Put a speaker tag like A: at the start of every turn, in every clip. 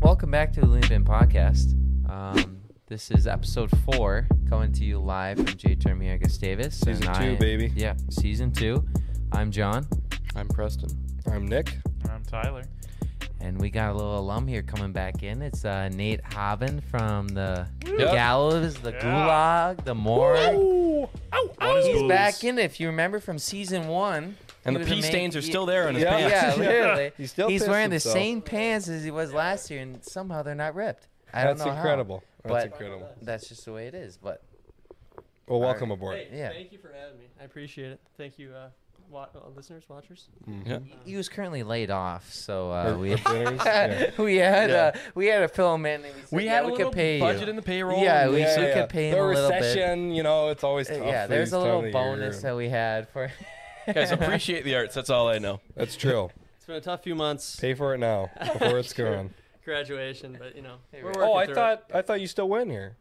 A: welcome back to the Looney Bin Podcast. Um, this is episode four, coming to you live from J. Term here, Gustavus.
B: Season
A: and
B: two,
A: I-
B: baby.
A: Yeah, season two. I'm John,
B: I'm Preston. I'm Nick.
C: I'm Tyler.
A: and we got a little alum here coming back in. It's uh, Nate Hobbin from the
B: Yep.
A: Gallows, the
C: Yeah.
A: Gulag, the Morgue.
C: What is
A: He's
C: booze?
A: back in. If you remember from season one,
D: And
A: he
D: the
A: was a
D: pee
A: ma-
D: stains are
A: he-
D: still there on his
B: Yeah.
D: pants.
A: Yeah, literally.
B: He still
A: He's
B: pissed
A: wearing
B: himself.
A: the same pants as he was last year, and somehow they're not ripped. I
B: That's
A: don't know how.
B: incredible. That's
A: but-
B: incredible.
A: That's just the way it is. But
B: Well, welcome aboard.
E: Hey,
A: Yeah.
E: thank you for having me. I appreciate it. Thank you, uh, wa- uh, listeners, watchers.
D: Yeah.
A: he was currently laid off, so uh,
B: Or-
A: we
B: or dinners, Mm-hmm. yeah.
A: we had
D: Yeah.
A: uh, we had a film in. And we said,
D: We
A: yeah,
D: had a
A: we
D: little
A: could pay
D: budget
A: you.
D: in the payroll.
A: Yeah, we
B: yeah,
A: could
B: yeah.
A: pay him
B: the
A: a little bit.
B: recession, you know, it's always
A: Uh,
B: tough.
A: yeah,
B: for
A: there's
B: these
A: a
B: time
A: little
B: of the
A: bonus
B: year.
A: that we had for.
D: Guys, appreciate the arts. That's all I know.
B: That's true.
E: It's been a tough few months.
B: Pay for it now before it's
E: Sure.
B: gone.
E: Graduation, but you know.
A: Hey,
E: we're
A: Rick.
B: Oh,
E: working
B: I
E: through
B: thought I thought you still went here.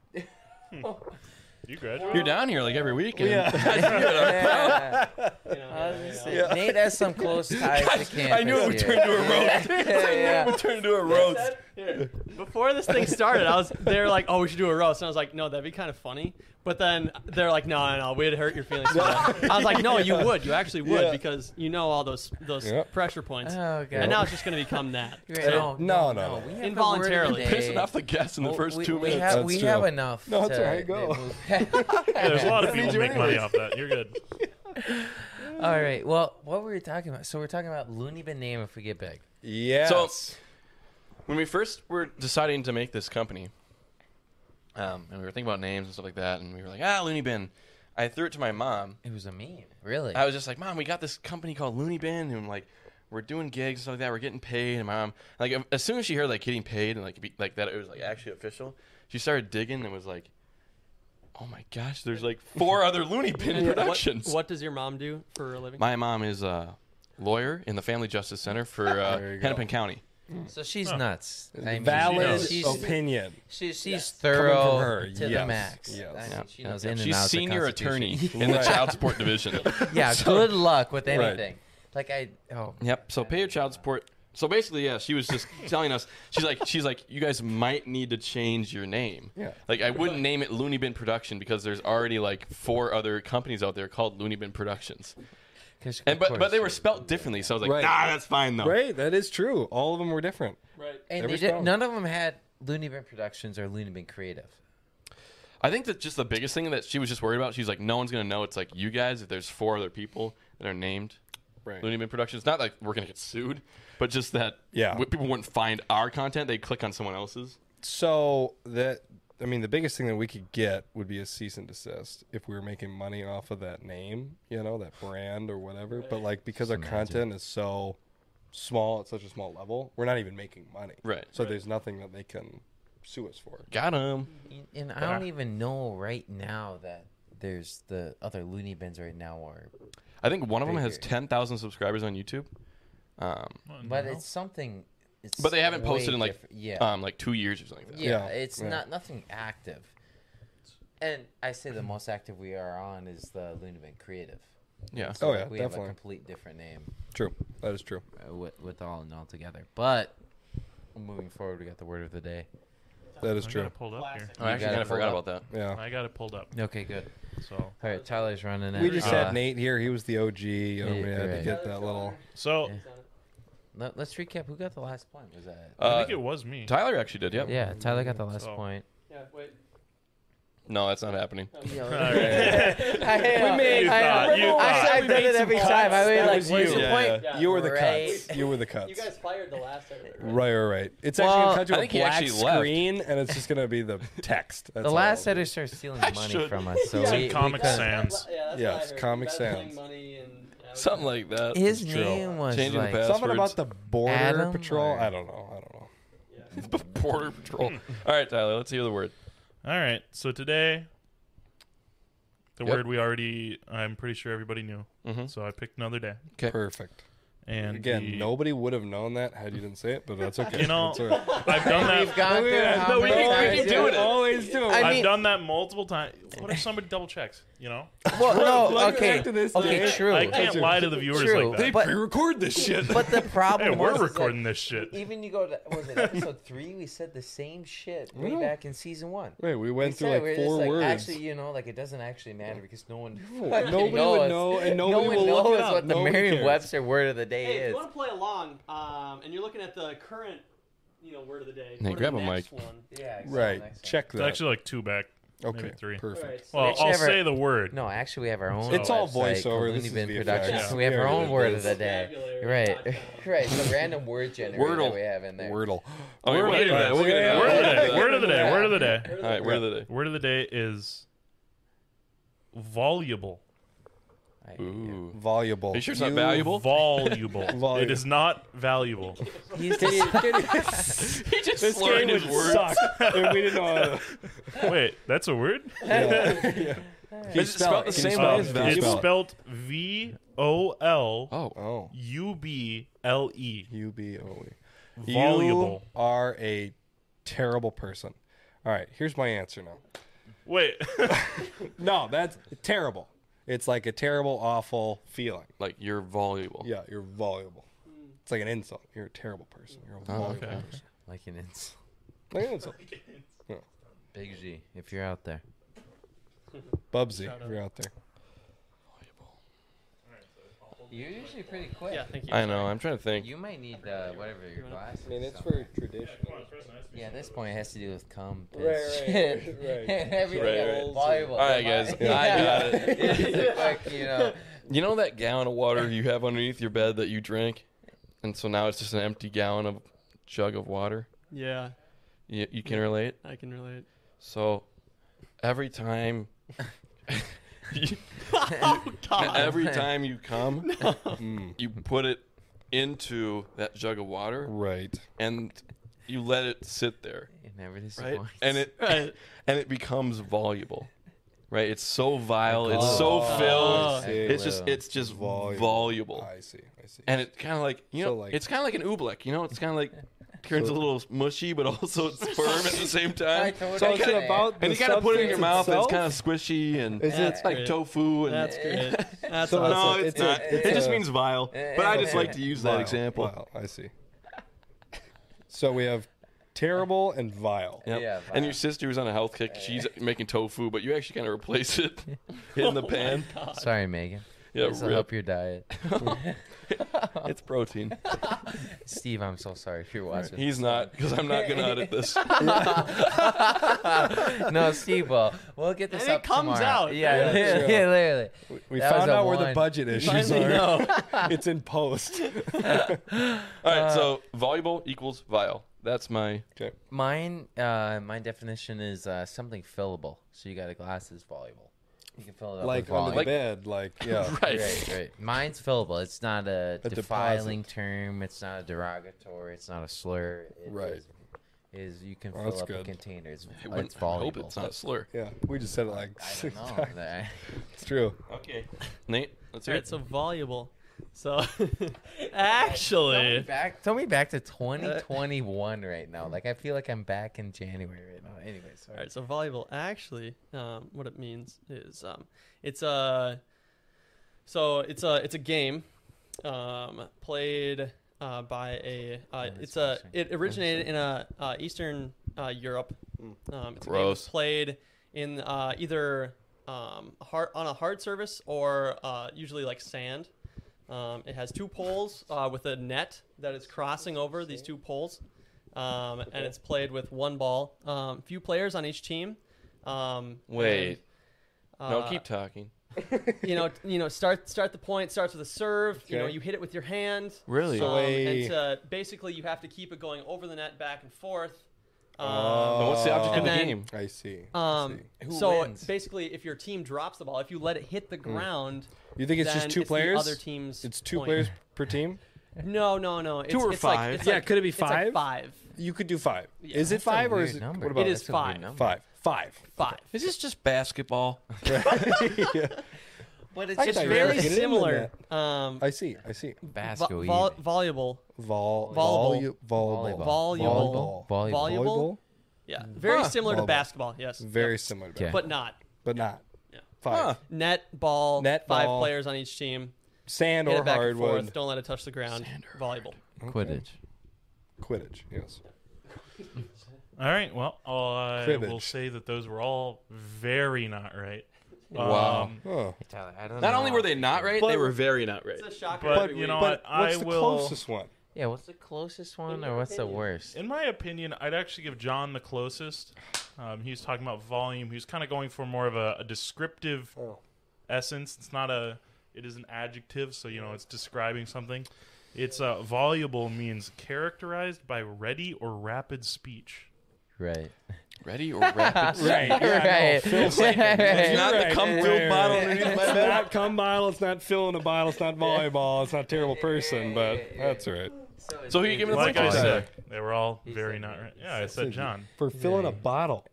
C: You graduated?
D: You're down here like every weekend.
A: Yeah.
E: it, you know,
A: I was
E: yeah,
A: gonna
E: yeah.
A: say, Nate has some close ties to campus.
D: I knew it would
A: here.
D: turn into a roast.
A: Yeah, yeah.
D: It turned into a roast.
E: Here, Before this thing started, I was they were like, "Oh, we should do a roast," and I was like, "No, that'd be kind of funny." But then they're like, "No, no, no, we'd hurt your feelings." for that." I was like, "No, you would. You actually would
B: Yeah.
E: because you know all those those
B: Yeah.
E: pressure points."
A: Oh god.
E: And now it's just gonna become that.
A: You're right.
E: So,
A: no,
B: No, no, no.
A: We have
E: Involuntarily.
A: a word of the day.
D: Pissing off the guests in the
A: Oh,
D: first
A: we,
D: two
A: we
D: minutes.
A: Have,
B: That's
A: we
B: true.
A: have enough. to,
B: No, it's all right, go.
A: to move-
C: Yeah, there's a lot of
B: Let me
C: people who make
B: join
C: money
B: us.
C: off that. You're good.
A: All right. Well, what were we talking about? So we're talking about loony bin name if we get big.
B: Yes.
D: So, when we first were deciding to make this company, um, and we were thinking about names and stuff like that, and we were like, ah, Looney Bin. I threw it to my mom.
A: It was a meme, really.
D: I was just like, Mom, we got this company called Looney Bin, and like, we're doing gigs and stuff like that. We're getting paid, and my mom, like, um, as soon as she heard like getting paid and like be, like that, it was like actually official. She started digging and was like, Oh my gosh, there's like four other Looney Bin
E: what-
D: productions.
E: What, does your mom do for a living?
D: My mom is a lawyer in the Family Justice Center for uh,
B: There you go.
D: Hennepin County.
A: so she's nuts. I mean,
B: valid
C: knows.
A: She's,
B: opinion.
A: she's, she's
B: Coming
A: thorough
B: from her,
A: to the
B: yes,
A: max.
B: yes.
A: I mean,
D: Yeah.
A: she knows
D: Yeah.
A: in and
D: She's
A: out the
D: senior attorney
A: Constitution.
D: in the
B: Right.
D: child support division.
A: yeah.
D: So-
A: good luck with
B: Right.
A: anything. Like I. Oh.
D: Yep. So pay your child support. So basically, yeah, she was just telling us. She's like, she's like, you guys might need to change your name.
B: Yeah.
D: Like I wouldn't name it Looney Bin Production because there's already like four other companies out there called Looney Bin Productions,
A: 'cause
D: and
A: of
D: but but they were
A: course.
D: spelt differently. So I was like,
B: Right.
D: nah, that's fine though.
B: Right, that is true. All of them were different.
E: right.
A: And
B: every
A: they did,
B: spell.
A: none of them had Looney Bin Productions or Looney Bin Creative.
D: I think that just the biggest thing that she was just worried about. She's like, no one's gonna know. It's like you guys if there's four other people that are named
B: Right.
D: Looney Bin Productions. Not like we're gonna get sued, but just that
B: Yeah.
D: w- people wouldn't find our content. They click on someone else's.
B: So that I mean, the biggest thing that we could get would be a cease and desist if we were making money off of that name, you know, that brand or whatever. But like because our content is so small at such a small level, we're not even making money.
D: Right.
B: So there's nothing that they can sue us for.
D: Got him.
A: And- And I don't even know right now that there's the other Looney Bins right now or
D: I think one of them has
A: Figure.
D: 10,000 subscribers on YouTube. Um,
A: but it's something it's
D: but they haven't posted
A: way
D: in like
A: different. yeah.
D: um, like two years or something like that.
A: yeah,
B: yeah,
A: it's
B: yeah.
A: not nothing active. And I say the most active we are on is the Looney Bin Creative.
D: Yeah.
B: Oh, yeah,
A: we have a
B: definitely.
A: complete different name
B: True. That is true.
A: uh, with, with all and all together. But moving forward, we got the word of the day.
B: That is
C: I got
B: true.
C: it pulled up here.
D: Oh, I
A: You
D: actually
A: gotta
D: kind of forgot
A: pull
D: about that.
B: Yeah.
C: I got it pulled up.
A: Okay, good.
C: So,
A: All right, Tyler's running it.
B: We just
A: Uh,
B: had Nate here. He was the OG. You know,
A: Yeah,
B: we had
A: right.
B: to get that little.
C: so
A: Let, us recap. Who got the last point? Was that?
C: I
D: Uh,
C: think it was me.
D: Tyler actually did. Yep.
A: yeah, Tyler got the last
C: So-
A: point.
E: Yeah, wait.
D: No, that's not happening.
C: All right.
A: I, we
C: You thought, you thought.
A: I've done it every time. I mean,
E: That
A: like,
E: was
A: where's
E: you.
A: the
D: Yeah,
A: point?
E: yeah.
B: You were the
A: Right.
B: cuts. You were the cuts.
E: You guys fired the last episode. right?
B: Right, right, right. It's
A: Well,
B: actually
D: I
B: going to
D: think
B: come
D: he
B: to a black
D: actually left.
B: screen, and it's just going to be the text. That's
A: The
B: all.
A: last editor started stealing money
D: should-
A: from us. So
C: Some
A: we, we
C: Comic
A: couldn't-
C: Sans.
E: Yeah, that's
B: Yes,
E: what I heard.
B: Comic
E: Embezzling
B: Sans.
E: money and- yeah, okay.
D: Something like that.
A: His
B: It's true.
A: name was
D: Changing the
A: like.
D: past-
B: Something
D: passwords.
B: about the border
A: Adam
B: patrol.
A: or-
B: I don't know. I don't know.
D: Border Patrol.
C: Hmm.
D: All right, Tyler, let's hear the word.
C: All right. So today, the
D: Yep.
C: word we already, I'm pretty sure everybody knew.
D: Mhm.
A: Mm-hmm.
C: So I picked another day.
D: Okay.
B: Perfect.
C: and
B: Again,
C: the-
B: nobody would have known that had you didn't say it, but that's okay.
C: You know,
B: That's all right.
C: I've done that.
A: We've gone through
B: Yeah,
A: how
B: no,
A: many
B: we can- we
A: times
B: can
A: you-
B: do it. Always do it.
A: I
C: I've
A: mean-
C: done that multiple times. What if somebody double checks? You know,
A: Well, no,
B: Like,
A: okay,
B: back to this
A: okay,
B: day.
A: true.
C: I can't lie to the viewers
A: True.
C: like
A: They-
C: that.
A: but-
B: pre-record this shit.
A: But the problem
C: Hey,
A: was
C: we're
A: is that
C: recording this shit.
A: Even you go to was it episode three? We said the same shit way
B: No.
A: back in season one.
B: Wait, we
A: We
B: went
A: said
B: through like
A: we're just
B: four words.
A: Actually, you know, like it doesn't actually matter because no one fucking
B: nobody would
A: knows.
B: know, and
A: no
B: nobody
A: one
B: will
A: knows
B: look it up.
A: what the
B: Nobody cares.
A: Merriam-Webster word of the day
E: Hey, if
A: is.
E: you want to play along, um, and you're looking at the current, you know, word of the day.
D: Hey,
E: go to
D: grab
E: the
D: a
E: next
D: mic.
E: one.
A: Yeah, exactly.
B: right.
A: next one.
B: Check
C: It's
B: that.
C: actually like two back.
B: okay.
C: maybe three.
B: Perfect.
E: All right, so-
C: Well,
A: It's
C: I'll
A: never-
C: say the word.
A: No, actually, we have our own.
B: It's all
A: website called
B: voiceover.
A: Looney
B: This is
A: Bin
B: the
A: Productions.
B: effects.
A: We have
B: Yeah,
A: our own
B: it
A: word
B: is.
A: of the day.
E: Vocabulary
A: Right,
E: dot com.
A: right. The random word generator
D: Wordle.
A: that we have in there.
B: Wordle.
D: Oh, wait,
C: Word
D: we'll
C: of
D: get
C: the
D: into that.
C: day.
D: We'll get into that.
C: Word
D: We'll
C: of the
D: get
C: day.
D: into
C: Word of the day. Word of the day.
D: that. All right, word of the day.
C: Word of the day is voluble.
A: I-
D: Ooh.
B: Voluble.
D: Are you sure it's not valuable?
C: Voluble.
B: Voluble.
C: It is not valuable.
A: He's just-
D: He just
B: This game
D: slurred his
B: would
D: words.
B: suck if we didn't know. How to...
C: Wait, that's a word? Um,
B: Can you
D: Is it spelled the
B: Can you
D: same
B: spell
D: way
B: it?
D: as
B: Can you
C: it's
B: spell it?
C: spelled V O L
D: Oh,
B: Oh,
C: U B L E.
B: U B O E.
C: Voluble.
B: You are a terrible person. All right, here's my answer now.
C: Wait.
B: No, that's terrible. It's like a terrible, awful feeling.
D: like you're voluble.
B: Yeah, you're voluble. It's like an insult. You're a terrible person. You're a voluble
D: okay.
B: person.
A: like an ins.
B: Like an insult.
A: Big G, if you're out there.
B: Bubsy, if you're out there.
A: You're usually pretty quick.
E: Yeah, thank you.
D: I know. I'm trying to think.
A: You might need uh, whatever your glasses.
B: I mean, it's
A: sound
B: for
A: like.
B: tradition.
A: Yeah, at this point, it has to do with cum, piss,
B: Right, right,
A: shit,
B: right.
A: and everything
D: Right, right.
A: else. Voluble.
D: All right, guys. I got it.
A: Like, you know,
D: You know that gallon of water you have underneath your bed that you drank, and so now it's just an empty gallon of jug of water.
E: Yeah,
D: You, you can relate.
E: I can relate.
D: So every time, you-
E: Oh God.
D: every time you come,
B: Mm,
D: you put it into that jug of water
B: right.
D: and you let it sit there,
A: it never
D: right?
A: disappoints.
D: And it
E: Right.
D: and it becomes voluble, right? It's so vile. It's so
B: Oh,
E: Oh.
D: filled.
B: I see.
D: It's just it's just
B: Voluble.
D: voluble.
B: I see. I see.
D: and it's kind of like you know,
B: So, like-
D: it's kind of like an oobleck. You know, it's kind of like turns a little mushy, but also it's firm at the same time.
A: totally
B: so is
A: get
B: it about
D: And you
B: the
D: gotta put it in
B: substance
D: your mouth. and
B: Itself?
D: It's kind of squishy and
B: Is
D: it's
B: it-
D: like
E: Great.
D: tofu. And
E: That's great. That's
B: So
D: no,
B: It's
E: awesome.
D: it's,
B: a- it's a-
D: not.
B: it's
D: it just
B: a-
D: means vile. But I just like to use that
B: Vile,
D: example.
B: vile, I see. So we have terrible and vile.
D: Yep.
A: Yeah,
D: And
A: vile.
D: your sister was on a health kick. She's making tofu, but you actually kind of replace it in
E: Oh
D: the pan.
A: Sorry, Megan.
D: Yeah,
A: This will
D: rip.
A: help your diet.
D: it's protein.
A: Steve, I'm so sorry if you're watching.
D: He's not because I'm not gonna edit this.
A: no, Steve will. We'll get this
E: And it
A: up
E: comes
A: tomorrow.
E: out.
A: Yeah,
B: Yeah,
A: yeah,
B: sure.
A: literally.
B: We
A: That was
B: found
A: a
B: out where the
A: one.
B: budget issues
E: finally
B: are.
E: know.
B: it's in post.
D: All right, so
E: Uh,
D: voluble equals vile. That's my
B: Okay.
A: Mine, uh, my definition is uh, something fillable. So you got a glass is voluble. You can fill it up
B: Like
A: with volume.
B: on the bed, like yeah.
A: Right, right. Mine's fillable. It's not a,
B: A
A: defiling term. It's not a derogatory. It's not a slur. It
B: Right.
A: Is, is you can
B: Well,
A: fill
B: that's
A: up a
B: good.
A: container. It's,
D: I
A: it's
D: wouldn't- I
A: voluble.
D: hope it's not a slur.
B: Yeah. We just said it like
A: I
B: six
A: don't know.
B: times.
A: That-
B: It's true.
D: Okay. Nate, let's
E: All
D: hear
E: right,
D: it.
E: so voluble. So actually,
A: back, throw me back to
B: Uh,
A: 2021 right now. Like I feel like I'm back in January right now. Anyway,
E: all
A: sorry.
E: right, so voluble actually, um, what it means is um, it's a so it's a it's a game um, played uh, by a uh,
A: that's
E: it's a
A: interesting.
E: it originated in a uh, Eastern uh, Europe. Um, it's a game
D: Gross.
E: that's played in uh, either um, hard on a hard surface or uh, usually like sand. Um, it has two poles uh, with a net that is crossing over these two poles, um, and it's played with one ball. Um, few players on each team. Um,
D: Wait.
E: and,
D: no,
E: uh,
D: keep talking.
E: you know, you know, start start the point. Starts with a serve. You know,
B: Okay.
E: you hit it with your hand.
D: Really?
E: Um,
B: Wait.
E: and to, basically, you have to keep it going over the net, back and forth. Um,
B: Oh.
D: what's the object of
E: and
D: the
E: then-
D: game?
B: I see. I
E: um,
B: see.
A: Who
E: so
A: wins?
E: basically, if your team drops the ball, if you let it hit the ground,
B: You think it's
E: then
B: just two
E: it's the
B: players?
E: other team's
B: it's two
E: point.
B: players per team?
E: No, no, no. It's,
D: or
E: it's
D: five?
E: Like, it's
B: Yeah,
E: like-
B: could it be
E: it's
B: five?
E: like five.
B: You could do five.
E: Yeah.
B: is it
A: That's a
B: five or
A: weird
B: is it
A: number.
B: what about
E: It is
A: That's a weird
E: five.
A: number.
B: five? Five.
E: Five.
D: Is this just basketball?
B: Right. Yeah.
E: But it's
B: I
E: just
B: thought you were
E: very
B: gonna get into
E: similar. Um,
B: I see. I see.
E: vo-
A: Basco.
E: vol- volleyball.
B: Vol.
E: Volleyball.
B: volu- Volleyball.
E: Volleyball.
B: Volleyball.
A: Volleyball.
E: Volleyball.
B: Volleyball?
E: Yeah, very
D: Huh.
E: similar
B: Volleyball.
E: to basketball. Yes,
B: Very similar. To
A: Yeah.
B: yeah.
E: but not
B: but not.
E: Yeah.
B: Five.
D: Huh.
E: net ball.
B: Net
E: five
B: ball.
E: players on each team.
B: Sand
E: Hit
B: or
E: it back and forth.
B: hardwood.
E: Don't let it touch the ground. Volleyball.
A: Quidditch.
B: Quidditch. Yes.
C: All right. Well, I will
B: Cribbage.
C: say that those were all very not right.
D: Wow.
C: Um,
B: Oh.
D: Not only were they not right,
E: But-
D: they were very not right.
E: It's a shocker.
C: But,
E: every
C: you
E: week.
C: know,
B: But
C: I-
B: what's
C: I
B: the
C: will-
B: closest one?
A: Yeah, what's the closest one or what's the worst?
C: In my opinion, I'd actually give John the closest. Um, he was talking about volume. He was kind of going for more of a, a descriptive
B: Oh.
C: essence. It's not a. It is an adjective, so you know it's describing something. It's uh, voluble means characterized by ready or rapid speech.
A: Right.
D: Ready or rapid?
B: Right.
A: Right.
D: It's not the come
B: Right,
D: through
B: right,
D: bottle
B: right.
D: underneath my
B: It's
D: bed.
B: not cum bottle. It's not filling a bottle. It's not volleyball. It's not terrible person. But that's all right.
D: So who you giving the
C: Like
D: point to?
C: I said, they were all very
A: said
C: not
A: me.
C: right. Yeah, I said John.
B: For filling a bottle.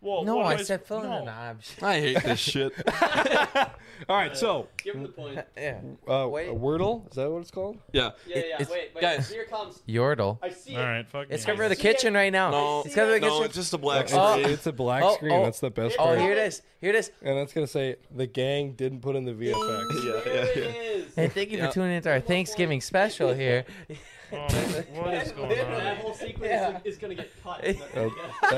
C: Well,
A: No,
C: what
A: I
C: was-
A: said filling
C: no.
A: an object.
D: I hate this shit.
B: All right. So,
E: Give him the point.
A: Yeah.
B: uh,
A: Wait.
B: Wordle. Is that what it's called?
D: Yeah.
E: Yeah, yeah.
A: it's-
E: wait, wait.
D: guys.
E: Here it comes.
A: Yordle.
E: I see
C: All
E: it.
C: right, fuck.
A: It's
C: me.
A: coming from the
E: I see it.
A: kitchen right now.
D: No,
A: It's coming from the
D: no,
A: kitchen.
D: it's just a black
B: It's,
D: screen.
A: Oh.
B: it's a black
A: Oh,
B: screen.
A: oh.
B: That's the best
A: Oh,
B: part.
A: here it is. Here it is.
B: And that's gonna say the gang didn't put in the VFX.
D: Yeah,
E: There it is.
A: Hey, thank you
D: Yeah.
A: for tuning into our Thanksgiving special here.
C: Oh, what is going
E: That
C: on?
E: whole sequence
A: Yeah.
E: is, is going to get cut.
B: That-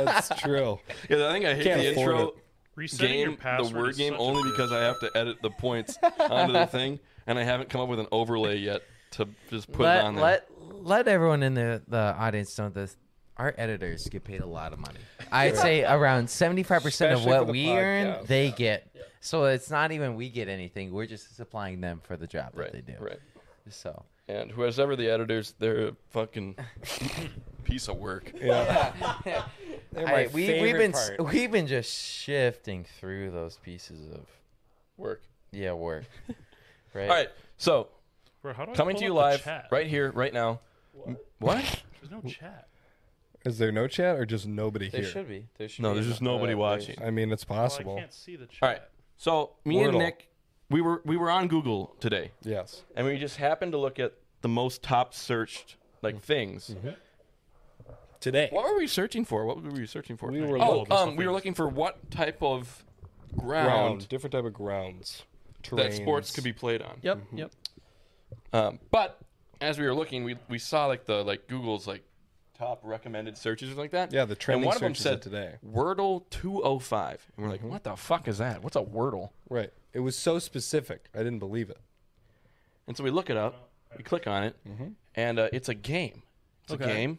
B: that's true.
D: Yeah, I think I hate
B: Can't
D: the
B: afford
D: intro
B: it.
C: Resetting your
D: game, the
C: password
D: word
C: is
D: game,
C: such a
D: only
C: bitch.
D: because I have to edit the points onto the thing, and I haven't come up with an overlay yet to just put it
A: let
D: on there.
A: let let everyone in the, the audience know this. Our editors get paid a lot of money. I'd say around seventy five percent of
B: Especially for
A: what
B: the
A: we earn,
B: podcast.
A: they get. So it's not even we get anything. We're just supplying them for the job
D: right,
A: that they do.
D: right.
A: So
D: And whoever the editors, they're a fucking piece of work.
B: Yeah. They're my
A: I- we we've
B: favorite
A: been
B: part.
A: we've been just shifting through those pieces of
D: Work.
A: yeah work. Right.
D: All right, so
C: Bro, how do I
D: coming
C: pull
D: to you
C: up the
D: live
C: chat?
D: right here, right now. What?
C: There's no chat.
B: Is there no chat or just nobody
A: There
B: here?
A: should be. There should
D: No,
A: be
D: there's just nobody
A: uh,
D: watching.
B: I mean, it's
C: Well, I
B: possible.
C: can't see the chat.
D: All right, so me and
B: Wordle.
D: Nick, we were we were on Google today,
B: yes.
D: and we just happened to look at the most top searched like things.
B: Mm-hmm. Today.
D: What were we searching for? What were we searching for?
B: We were
D: oh,
C: looking-
D: um, we were looking for what type of
B: Ground.
D: ground
B: Different type of grounds.
D: that sports
B: Terrains.
D: could be played on.
E: Yep, yep.
D: Um, but as we were looking, we we saw like the like Google's like top recommended searches or like that.
B: Yeah, the trending
D: and one of them
B: searches of
D: said
B: today.
D: Wordle 205, and we're like, what the fuck is that? What's a Wordle?
B: Right. It was so specific. I didn't believe it.
D: And so we look it up, we click on it,
B: Mm-hmm.
D: and uh, it's a game. It's a
E: Okay.
D: game.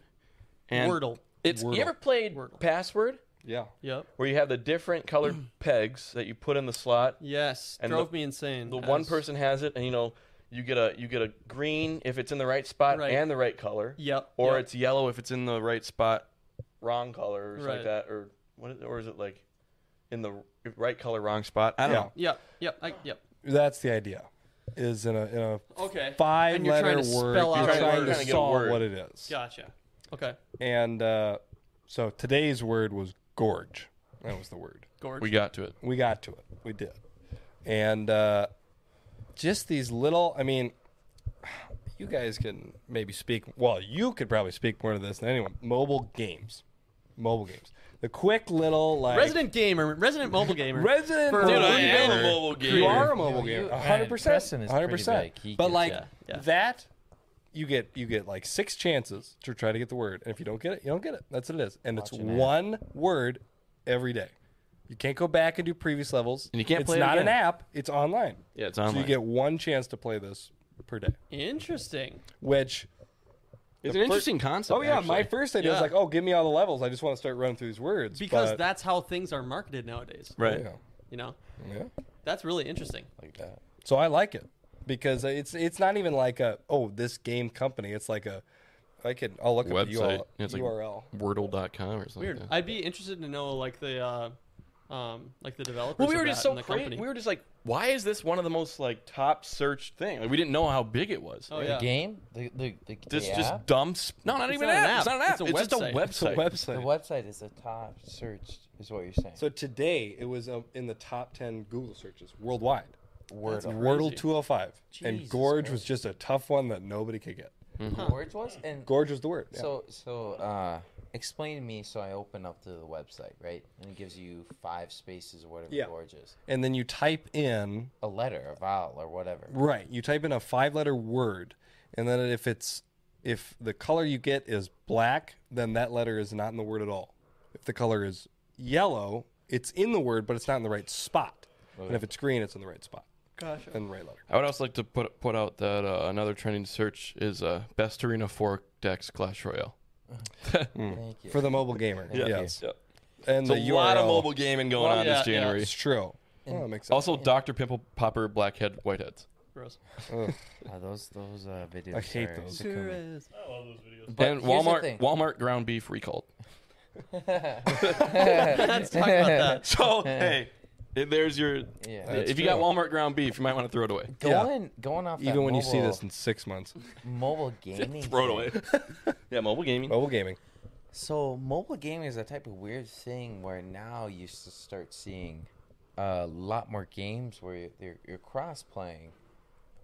D: And
E: Wordle.
D: It's
B: Wordle.
D: you ever played
E: Wordle.
D: Password,
B: Yeah.
E: Yep.
D: where you have the different colored pegs that you put in the slot.
E: Yes.
D: And
E: drove
D: the-
E: me insane.
D: The
E: I
D: one
E: was-
D: person has it, and you know you get a you get a green if it's in the right spot
E: Right.
D: and the right color.
E: Yep.
D: Or
E: yep.
D: it's yellow if it's in the right spot, wrong color or something
E: Right.
D: like that, or what? Is, or is it like in the r- right color, wrong spot? I don't
B: Yeah.
D: know.
E: Yep. Yep. I, yep.
B: That's the idea. Is in a in a
E: Okay.
B: five
E: And you're trying
B: letter
E: to
B: word.
E: spell out
B: you're
E: a
B: trying
E: word.
B: to
D: Trying to get a
B: solve
D: word.
B: what it is.
E: Gotcha. Okay.
B: And uh, so today's word was gorge. That was the word.
E: Gorge.
D: We got to it.
B: We got to it. We did. And uh, just these little, I mean, you guys can maybe speak, well, you could probably speak more to this than anyone. Mobile games. Mobile games. The quick little, like.
E: resident gamer. Resident mobile gamer.
B: Resident
E: For-
B: mobile
E: Dude, I am
B: gamer.
E: a
D: mobile
B: You
D: gamer.
B: are a mobile gamer.
A: you-
B: A hundred
A: and
B: percent.
A: Preston is
B: A hundred
A: pretty
B: percent.
A: big. He
B: But
A: gets-
B: like
A: yeah.
E: Yeah.
B: that, you get you get like six chances to try to get the word, and if you don't get it, you don't get it. That's what it is, and it's
A: an ad.
B: one word every day. You can't go back and do previous levels.
D: And you can't
B: It's
D: play it
B: not an
D: again.
B: app. It's online.
D: Yeah, it's
B: So
D: online.
B: you get one chance to play this per day,
E: Interesting.
B: which
D: it's an interesting concept.
B: oh yeah, my
D: actually.
B: first idea was
E: Yeah.
B: like, oh, give me all the levels. I just want to start running through these words
E: Because
B: but-
E: that's how things are marketed nowadays.
D: right.
B: yeah,
E: You know,
B: yeah.
E: that's really interesting.
B: like that. So I like it because it's it's not even like a oh this game company. It's like a I can I'll look up the
D: Website.
B: URL.
D: It's like-
B: URL.
D: Wordle.com or something.
E: Weird.
D: Like that.
E: I'd be interested to know like the, uh, um, like the developers.
D: well, we
E: of
D: were
E: that
D: just so
E: and the
D: crazy.
E: company.
D: We were just like, why is this one of the most like top searched thing? Like, we didn't know how big it was.
E: Oh
A: The
E: yeah.
A: game. The the the,
D: This
A: the
D: just
A: app?
D: dumps. No, not even
E: not
D: an
E: an
D: app. It's
E: app.
D: not an app.
E: It's a
D: just a
E: website.
B: It's a
D: website.
A: the
B: website.
A: website is the top searched is what you're saying.
B: So today it was um, in the top ten Google searches worldwide.
A: Word.
B: Wordle 205. and
A: Jesus
B: Gorge was
A: Christ.
B: just a tough one that nobody could get.
A: Gorge was and
B: Gorge was the word. yeah.
A: so so uh, explain to me. So I open up to the website, right, and it gives you five spaces or whatever
B: Yeah.
A: Gorge is,
B: And then you type in
A: a letter, a vowel, or whatever.
D: Mm.
B: Right. You type in a five letter word, and then if it's if the color you get is black, then that letter is not in the word at all. If the color is yellow, it's in the word, but it's not in the right spot. And if it's green, it's in the right spot. Gosh. And the right letter.
D: I would also like to put put out that uh, another trending search is uh, best arena four decks Clash Royale.
A: Thank you.
B: For the mobile gamer.
A: Yeah.
B: Yes.
D: Yep.
B: And
D: It's
B: the
D: a lot of
B: URL.
D: mobile gaming going
E: Well,
D: on
E: yeah,
D: this
E: yeah.
D: January.
B: It's true. Well, that makes sense.
D: Also, Doctor Pimple Popper Blackhead Whiteheads.
E: Gross.
B: Ugh,
A: Uh, those those uh, videos.
B: I hate
A: are-
B: those.
C: I love those videos.
A: But
D: and
A: here's the
D: Walmart
A: thing.
D: Walmart ground beef recalled.
E: Let's talk about that.
D: So hey, if there's your.
A: Yeah.
D: if
B: That's
D: you got
B: true.
D: Walmart ground beef, you might want to throw it away.
B: Yeah.
A: Going going off. that
B: Even when you see
A: mobile-
B: this in six months,
A: mobile gaming.
D: Throw it
A: thing.
D: away. yeah, mobile gaming.
B: mobile gaming.
A: So mobile gaming is a type of weird thing where now you s- start seeing a lot more games where you're, they're- you're cross playing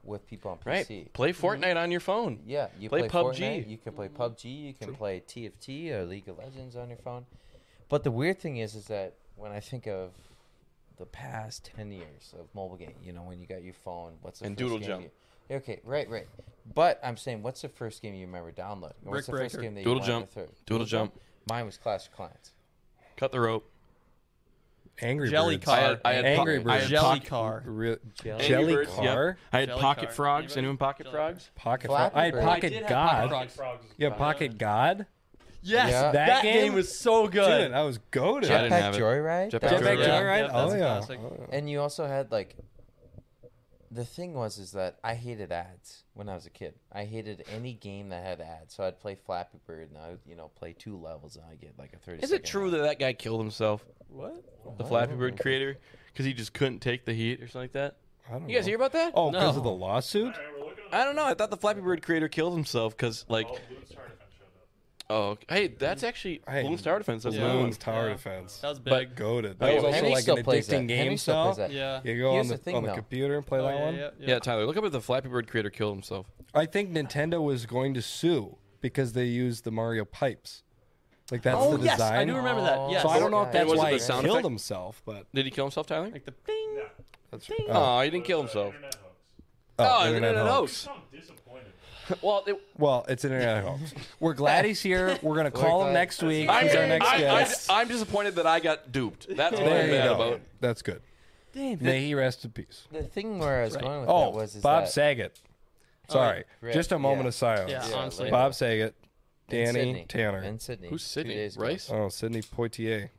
A: with people on
D: Right.
A: PC.
D: Play Fortnite on your phone.
A: Yeah, you play,
D: Play PUBG.
A: Fortnite, you can play PUBG. You can play TFT or League of Legends on your phone. But the weird thing is, is that when I think of the past ten years of mobile game, you know, when you got your phone, what's the
D: And
A: first
D: Doodle
A: game
D: Jump.
A: you- okay, right, right. But I'm saying, what's the first game you remember downloading? Or what's the
E: Brick
A: first
E: Breaker.
A: game that you
D: Doodle
A: wanted to
D: Jump.
A: throw?
D: Doodle Jump.
A: Mine was Clash of Clans.
D: Cut the rope.
B: Angry
E: Jelly
B: Birds.
E: Car.
D: I had, I had
B: Angry
D: po-
B: Birds.
D: I had
E: Jelly
D: pocket-
E: car.
B: Re-
A: Jelly
B: Jelly,
D: Birds, yep.
B: Car.
D: I had
E: Jelly
D: pocket
E: car.
D: frogs.
E: Anybody?
D: Anyone pocket
E: Jelly
D: frogs?
B: Pocket. Frog.
A: Flappy
B: I had
A: Bird.
B: Pocket
E: I did have
B: God.
E: Pocket Frog.
C: Frogs is
B: Yeah,
C: fun.
B: Pocket God.
E: Yes,
A: Yeah.
E: that,
B: That
E: game
B: game-
E: was so good.
B: Dude, I was goaded.
D: Yeah, I didn't have
A: Jetpack
D: it.
A: Joyride.
D: Jetpack
A: That was
D: Jetpack
A: a game.
E: Joyride.
B: Joyride?
E: Yep, that's
B: oh,
E: a
B: yeah.
E: classic.
A: And you also had like the thing was is that I hated ads when I was a kid. I hated any game that had ads. So I'd play Flappy Bird and I would, you know, play two levels and I get like a 30
D: Is it true that that guy killed himself,
E: What?
D: the Flappy Bird creator, because he just couldn't take the heat or something like that?
B: I don't
D: You guys
B: know.
D: hear about that?
B: Oh, because
E: No.
B: of the lawsuit?
C: I remember looking at
D: I don't know. I thought the Flappy Bird creator killed himself because, like,
C: all Bloons Tournament showed up.
D: oh, okay. hey, that's actually
B: Hey,
D: Bloons Tower Defense. That's another one.
B: Balloons Tower
E: Yeah.
B: Defense.
E: That was big.
D: But-
B: Goaded.
D: Okay,
B: That was
D: well,
B: also
A: Henry
B: like
A: still
B: an
A: plays that.
B: addicting
A: Henry
B: game
A: still plays
B: style.
A: that.
E: yeah.
B: You go
A: Here's
B: on the,
A: the thing,
B: on the
A: though.
B: computer and play
E: Oh,
B: that
E: yeah,
B: one.
E: yeah,
D: Yeah, Tyler, look up if the Flappy Bird creator killed himself.
B: I think Nintendo was going to sue because they used the Mario pipes. Like that's
E: Oh
B: the
E: yes,
B: design.
E: I do remember
A: Oh.
E: that. Yes.
B: So I don't know if
A: Yeah,
B: that's
D: yeah. Was it
B: why
D: the
B: he
D: sound
B: killed
D: effect?
B: himself, but
D: Did he kill himself, Tyler?
E: Like the ding.
C: Yeah.
B: that's
D: Oh, he
C: It
D: didn't
C: was
D: kill
C: a
D: himself.
C: internet hoax.
D: Oh,
B: internet
D: internet
B: hoax.
D: hoax.
C: So I'm disappointed.
D: Well, it,
B: Well, it's an internet hoax. We're glad he's here. We're gonna call him
A: glad-
B: next week.
D: I'm,
B: He's our next
D: I,
B: guest.
D: am disappointed that I got duped. That's what
B: There
D: I'm
B: you
D: mad
B: go.
D: about.
B: That's good.
E: Damn.
B: May he rest in peace.
A: The thing where I was going with
B: Oh,
A: that was is
B: Bob
A: that
B: Saget. Sorry,
A: right.
B: just a moment
A: Yeah.
B: of silence.
E: Yeah, honestly.
B: Bob Saget, Danny
A: Sydney.
B: Tanner.
A: and Sydney.
D: Who's
A: two
D: Sydney?
A: days ago.
D: Rice?
B: Oh, Sidney Poitier,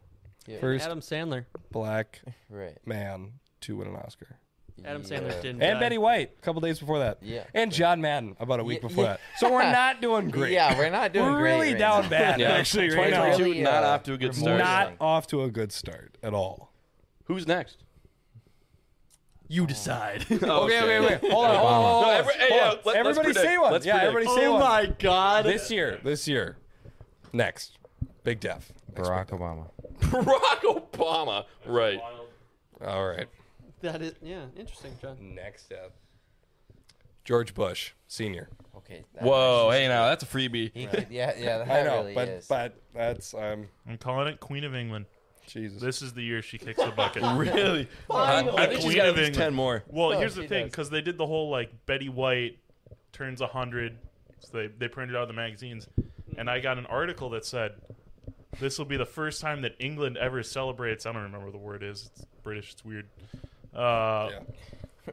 A: Yeah.
B: first
E: Adam Sandler.
B: black
A: Right.
B: man to win an Oscar,
E: Adam
A: Yeah.
E: Sandler didn't.
B: and
E: die.
B: Betty White a couple days before that,
A: Yeah.
B: and John Madden about a week
A: Yeah,
B: before
A: yeah.
B: that. So we're not doing great.
A: Yeah, we're not doing
B: we're
A: great
B: really
A: right
B: down
A: now.
B: bad
D: Yeah.
B: actually right now.
D: 2022,
A: Really,
D: not
A: uh,
D: off to a good start.
A: remorse.
B: Not off to a good start at all.
D: Who's next?
E: You decide.
D: okay,
B: wait. Hold on, hold on, hold
D: No,
B: on.
D: every- hey,
B: Hold
D: yeah,
B: on.
D: let- let's
B: everybody
D: predict.
B: say one.
D: Let's
B: yeah,
D: predict.
B: everybody say
E: oh
B: one.
E: my God.
B: This year, this year, next, Big Def.
A: Barack Obama.
D: Barack Obama. Right.
B: All right.
E: That is yeah. Interesting, John.
B: Next up, George Bush Senior.
A: Okay. that-
D: Whoa, hey now, that's a freebie.
A: He could, yeah, yeah, that
B: I know,
A: really
B: but
A: is.
B: but that's um
C: I'm calling it Queen of England.
B: Jesus.
C: This is the year she kicks the bucket.
D: Really?
C: Finally.
D: I think she's
C: Queen
D: got at
C: of
D: least
C: England.
D: ten more.
C: Well,
A: Oh,
C: here's the
A: she
C: thing,
A: does.
C: because they did the whole like Betty White turns hundred, so they they printed out the magazines, and I got an article that said this will be the first time that England ever celebrates. I don't remember what the word is. It's British. It's weird. Uh,
B: yeah.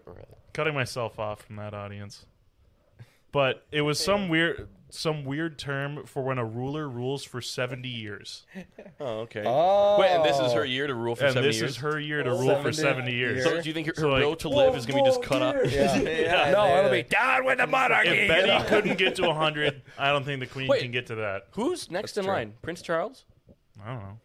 C: Cutting myself off from that audience, but it was some weird some weird term for when a ruler rules for seventy years,
D: Oh, okay.
B: Oh.
D: Wait, and this is her year to rule for
C: and
D: seventy
C: this
D: years.
C: is her year to rule for
B: 70
C: seventy years.
B: years.
D: So do you think her, her
C: So, like- Oh,
D: will to live is gonna be just cut up?
B: Yeah.
A: Yeah,
B: no,
A: they-
B: it'll be down with the monarchy.
C: If Betty couldn't get to 100, I don't think the Queen
D: Wait.
C: can get to that.
D: Who's next in
B: true.
D: line? Prince Charles?
C: I don't know.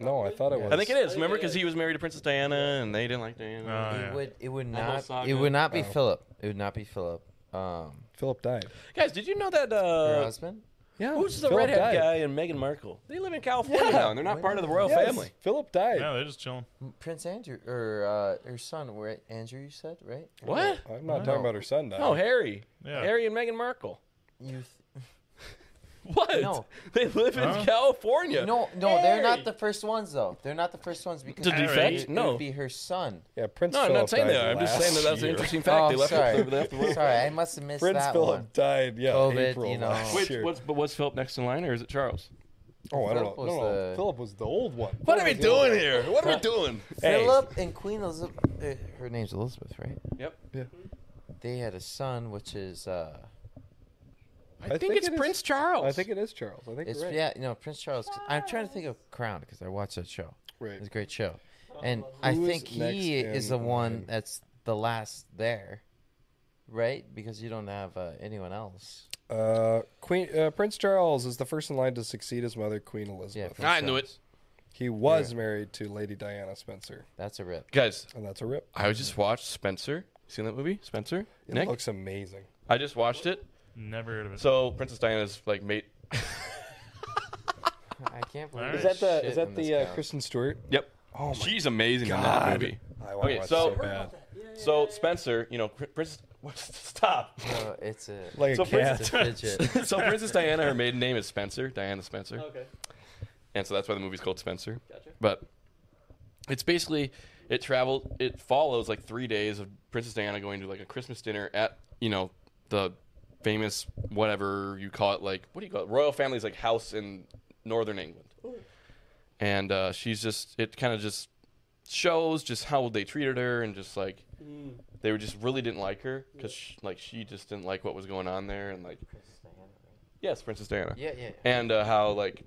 B: no, I thought it was.
D: I think it is.
E: think
D: Remember,
E: it
D: because
E: is.
D: he was married to Princess Diana, and they didn't like Diana.
C: Uh,
A: It
C: yeah.
A: would. It would
D: whole
A: not. It
D: Oh, saga.
A: would not be
B: Oh.
A: Philip. It would not be Philip. Um,
B: Philip died.
D: Guys, did you know that?
A: her
D: Uh,
A: husband.
B: Yeah.
D: Who's the
B: Philip
D: redhead
B: died.
D: guy and Meghan Markle? They live in California now, and they're not part of the royal
B: Yes,
D: family.
B: Philip died.
C: Yeah, they're just chilling.
A: Prince Andrew or uh, her son, where Andrew you said right?
D: What?
B: I'm not talking about her son dying.
D: No, Harry.
C: Yeah.
D: Harry and Meghan Markle.
A: You th-
D: What?
A: No.
D: They live in
C: Huh?
D: California.
A: no, no, they're
D: Harry!
A: not the first ones though. They're not the first ones because
D: To
A: it would
C: defect?
A: be- it
D: No.
A: would be her son.
B: Yeah, Prince
D: No, I'm
B: Philip
D: not saying
B: died
D: that. I'm just
B: last
D: saying that that was an
B: year.
D: interesting fact.
A: oh,
D: they left.
A: sorry.
D: They left the royal
A: sorry, I must have missed
B: Prince
A: that
B: Philip
A: one.
B: died. Yeah,
A: COVID,
B: April
A: you know.
B: last
D: Which,
B: year.
D: what's, but was Philip next in line, or is it Charles?
B: oh, I don't
A: Philip
B: know.
A: was uh,
B: No, no,
A: the-
B: Philip was the old one.
D: What are we
B: Philip was the old
D: doing here? What are we doing?
A: Philip and Queen Elizabeth. Uh, her name's Elizabeth, right?
D: Yep.
B: one.
A: They had a son, which is uh,
D: I,
B: think
D: think,
B: it
D: it's
B: is-
D: Prince Charles.
B: Yeah. I think it is Charles. I think
A: it's
B: you're right.
A: yeah, no, Prince Charles. 'cause I'm trying to think of Crown because I watched that show.
B: Right.
A: It's a great show, and I
B: Who's
A: think he
B: next
A: is the
B: in
A: one
B: line?
A: that's the last there, right? Because you don't have uh, anyone else.
B: Uh, Queen uh, Prince Charles is the first in line to succeed his mother, Queen
A: Yeah,
B: Elizabeth.
A: Prince
D: I knew it.
A: Charles.
B: He was married to Lady Diana Spencer,
A: That's a rip.
D: Guys,
B: and that's a rip.
D: I just watched Spencer. Seen that movie, Spencer?
B: It
D: Nick,
B: looks amazing.
D: I just watched it.
C: Never heard of it.
D: So Princess Diana's like mate.
A: I can't believe.
C: Is
A: there's
B: Is that the
A: shit
B: is
A: in
B: that
A: this
B: the uh,
A: couch.
B: Kristen Stewart?
D: Yep.
B: Oh my
D: She's amazing in that
B: God.
D: movie.
B: I want
D: Okay,
B: to watch
D: Oh, so-
B: so, bad.
D: So Spencer, you know, Pr- Princess. Stop.
A: No, it's a
B: Like a
D: So Prince-
B: cat.
A: it's a fidget.
D: so Princess Diana, her maiden name is Spencer, Diana Spencer,
E: Okay.
D: and so that's why the movie's called Spencer.
E: Gotcha.
D: But it's basically it traveled. It follows like three days of Princess Diana going to like a Christmas dinner at you know the famous whatever you call it like what do you call it royal family's like house in northern England, and uh, she's just it kind of just shows just how they treated her and just like they were just really didn't like her because like she just didn't like what was going on there and like yes Princess Diana
A: Yeah, yeah. yeah.
D: and uh, how like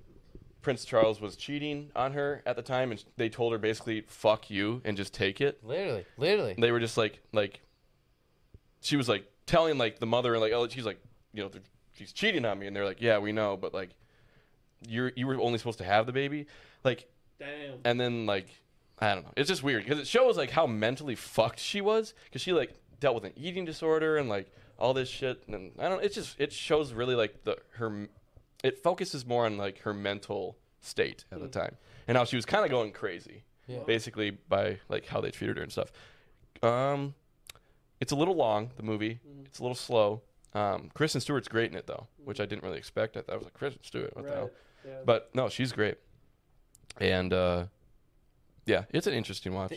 D: Prince Charles was cheating on her at the time, and they told her basically "fuck you" and just take it.
A: Literally, literally.
D: And they were just like like she was like telling like the mother and like oh she's like you know they're- she's cheating on me, and they're like yeah we know, but like you're you were only supposed to have the baby, like
E: Damn.
D: and then like I don't know, it's just weird because it shows like how mentally fucked she was because she like dealt with an eating disorder and like all this shit, and then, I don't. It just it shows really like the her. m- It focuses more on like her mental state at the time and how she was kind of going crazy,
A: Yeah.
D: basically by like how they treated her and stuff. Um, it's a little long the movie. It's a little slow. Um, Kristen Stewart's great in it though, which I didn't really expect. I thought I was like Kristen Stewart, what the hell?
E: Yeah.
D: But no, she's great. And uh, yeah, it's an interesting watch.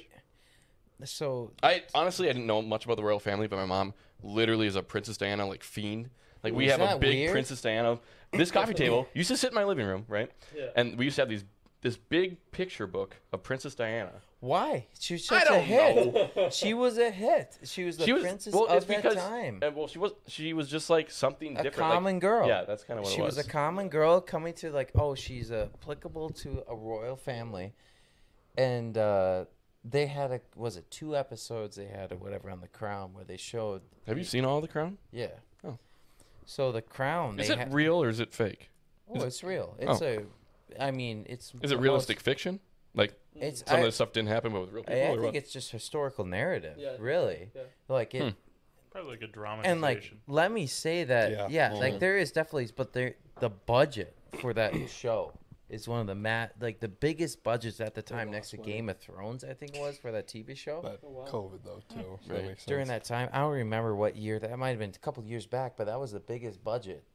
A: So
D: I honestly I didn't know much about the royal family, but my mom literally is a Princess Diana like fiend. Like we
A: Is
D: have a
A: that
D: big
A: weird?
D: Princess Diana. This coffee table used to sit in my living room, right?
E: Yeah.
D: And we used to have these this big picture book of Princess Diana.
A: why she was
D: I
A: such a
D: don't
A: hit? She was a hit. She was the princess of that time.
D: and, uh, well, she was she was just like something
A: A
D: different. like-
A: common girl.
D: Yeah, that's kind of what
A: she
D: it
A: was.
D: was.
A: a common girl coming to like oh she's applicable to a royal family and uh they had a was it two episodes they had or whatever on the crown where they showed
D: have you seen all the Crown?
A: yeah
D: Oh.
A: so the crown
D: Is
A: they
D: it
A: ha-
D: real or is it fake?
A: oh it's real it's a i mean it's
D: Is
A: the
D: it
A: most-
D: realistic fiction? Like
A: it's
D: some
A: I,
D: of this stuff didn't happen, but with real people.
A: I, I
D: or
A: think
D: what? Hmm.
A: it's just historical narrative
E: Yeah.
A: really
E: Yeah.
A: like it
C: Probably like a drama.
A: and like let me say that yeah,
B: Yeah.
A: like there is definitely but there the budget for that show is one of the mat like the biggest budgets at the time next to game of thrones i think it was for that tv show
B: But COVID though too. So
D: Right.
B: that makes
A: during
B: sense.
A: that time i don't remember what year that might have been a couple years back but that was the biggest budget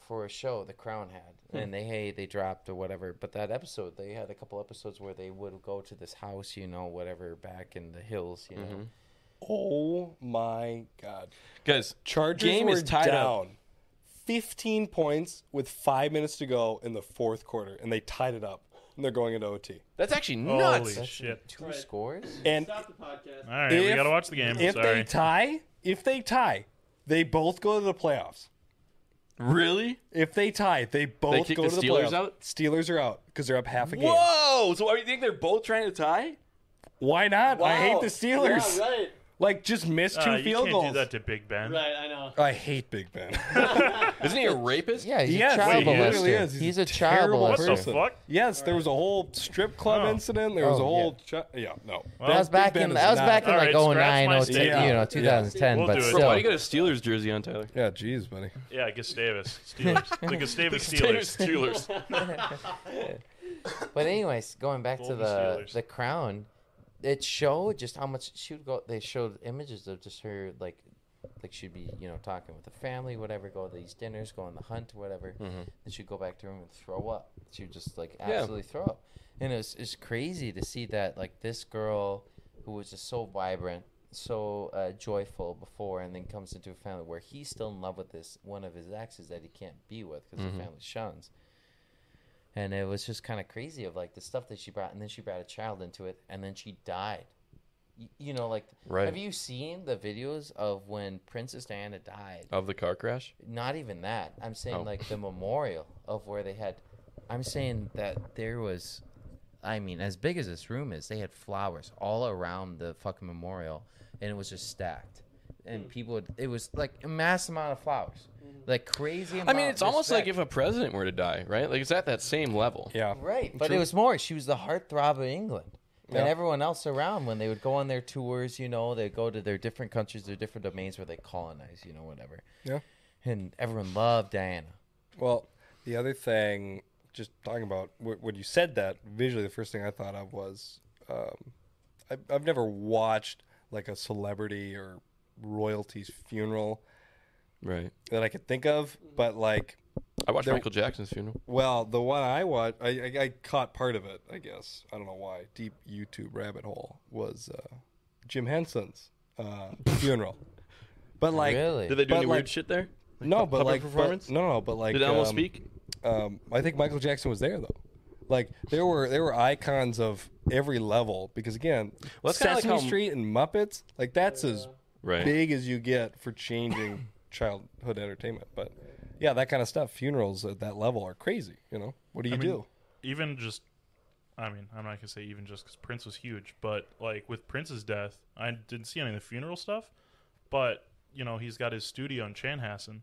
A: for a show the crown had and they hey they dropped or whatever but that episode they had a couple episodes where they would go to this house you know whatever back in the hills you know
B: Oh my God!
D: Guys,
B: Chargers
D: game
B: were
D: is tied up.
B: down 15 points with five minutes to go in the fourth quarter, and they tied it up. And they're going into OT.
D: That's actually
C: Holy
D: nuts.
A: That's
C: shit!
A: two
E: Right.
A: scores
B: And
E: Stop the podcast.
C: All right, we
B: if-
C: gotta watch the game.
B: if
C: Sorry.
B: they tie, if they tie, they both go to the playoffs.
D: Really?
B: If they tie, they both
D: kick
B: go
D: the
B: to the
D: Steelers
B: playoffs.
D: out?
B: Steelers are out because they're up half a game.
D: Whoa! So are you think they're both trying to tie?
B: Why not? I hate
E: Oh,
D: Wow.
B: the Steelers.
D: right.
B: Like just missed two
C: Uh, you
B: field
C: can't
B: goals.
C: do that to Big Ben.
E: Right, I know.
B: I hate Big Ben.
D: Isn't he a rapist?
A: Yeah, he's
B: Yes,
A: a child
C: wait, he
A: molester.
B: really is.
A: He's,
B: He's
A: a child
B: terrible
C: What
A: molester.
C: the
B: person.
C: fuck?
B: yes, there was a whole strip club
C: Oh.
B: incident. There was
A: Oh,
B: a whole chi- yeah, no.
A: That was
B: Big
A: back
B: Ben
A: in
B: is
A: that was
B: not-
A: back in
C: All
A: like
C: right,
A: oh
C: scratch my
A: nine, oh ten,
C: statement.
A: you
B: Yeah.
A: know, 2010,
C: We'll
A: but
C: do it.
A: still.
D: Bro, why you got a Steelers jersey on, Tyler?
B: Yeah, geez, buddy.
C: Yeah, Gustavus. Steelers. the Gustavus Steelers.
D: Steelers.
A: But anyways, going back to
C: Golden
A: the
C: Steelers.
A: the crown, it showed just how much she would go. They showed images of just her like, like she'd be you know talking with the family, whatever. Go to these dinners, go on the hunt, whatever. And she'd go back to her room and throw up. She would just like absolutely throw up. And it's it's crazy to see that like this girl who was just so vibrant, so uh, joyful before, and then comes into a family where he's still in love with this one of his exes that he can't be with because the family shuns and it was just kind of crazy of like the stuff that she brought and then she brought a child into it and then she died Y- you know like
D: Right.
A: have you seen the videos of when princess diana died
D: of the car crash?
A: not even that i'm saying
D: Oh.
A: like the memorial of where they had i'm saying that there was i mean as big as this room is they had flowers all around the fucking memorial and it was just stacked and people would, it was like a mass amount of flowers like crazy amount
D: I mean, it's almost like
A: respect.
D: if a president were to die, right? Like it's at that same level.
B: Yeah.
A: Right, but
B: True.
A: it was more. She was the heartthrob of England,
B: Yeah.
A: and everyone else around. When they would go on their tours, you know, they go to their different countries, their different domains where they colonize, you know, whatever.
B: Yeah.
A: And everyone loved Diana.
B: Well, the other thing, just talking about wh- when you said that visually, the first thing I thought of was um, I, I've never watched like a celebrity or royalty's funeral
D: Right.
B: that I could think of, but like,
D: I watched
B: There-
D: Michael Jackson's funeral.
B: well, the one I watched, I, I, I caught part of it, I guess. I don't know why. Deep YouTube rabbit hole was uh, Jim Henson's uh, funeral. But like,
A: really?
D: Did they do
B: But
D: any
B: like-
D: weird shit there?
B: no, but
D: puppet
B: like, but-
D: performance?
B: no, no, but like,
D: Did Elmo
B: um,
D: speak?
B: um, I think Michael Jackson was there though. Like there were there were icons of every level because again,
D: Well, that's kinda like
B: Sesame
D: how-
B: Street and Muppets like that's as
D: Right.
B: big as you get for changing childhood entertainment. But yeah, that kind of stuff. Funerals at that level are crazy. You know what do you
C: I mean,
B: do?
C: even just I mean, I'm not gonna say even just because Prince was huge, but like with Prince's death, I didn't see any of the funeral stuff. But you know, he's got his studio in Chanhassen,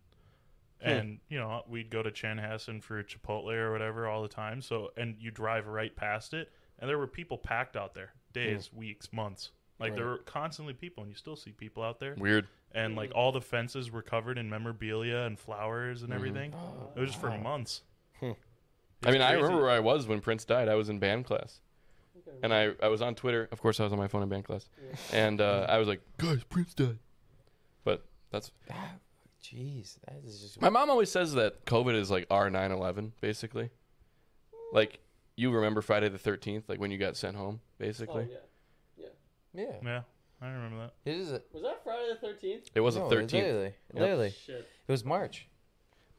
C: and you know, we'd go to Chanhassen for Chipotle or whatever all the time. So, and you drive right past it, and there were people packed out there, days, weeks, months. Like there were constantly people, and you still see people out there.
D: Weird.
C: And like all the fences were covered in memorabilia and flowers and everything. it was just for months.
D: I mean, I
C: crazy.
D: remember where I was when Prince died. I was in band class. And I, I was on Twitter. Of course, I was on my phone in band class. And uh, I was like, guys, Prince died. But that's.
A: Jeez, that is just.
D: My mom always says that COVID is like our 9 11, basically. Like, you remember Friday the 13th, like when you got sent home,
E: Oh,
D: basically?
E: yeah.
A: Yeah,
C: Yeah, I remember that.
A: it is. A,
E: Was that Friday the 13th?
D: It was the
A: no,
D: 13th.
A: Literally, literally,
E: Shit.
A: it was March,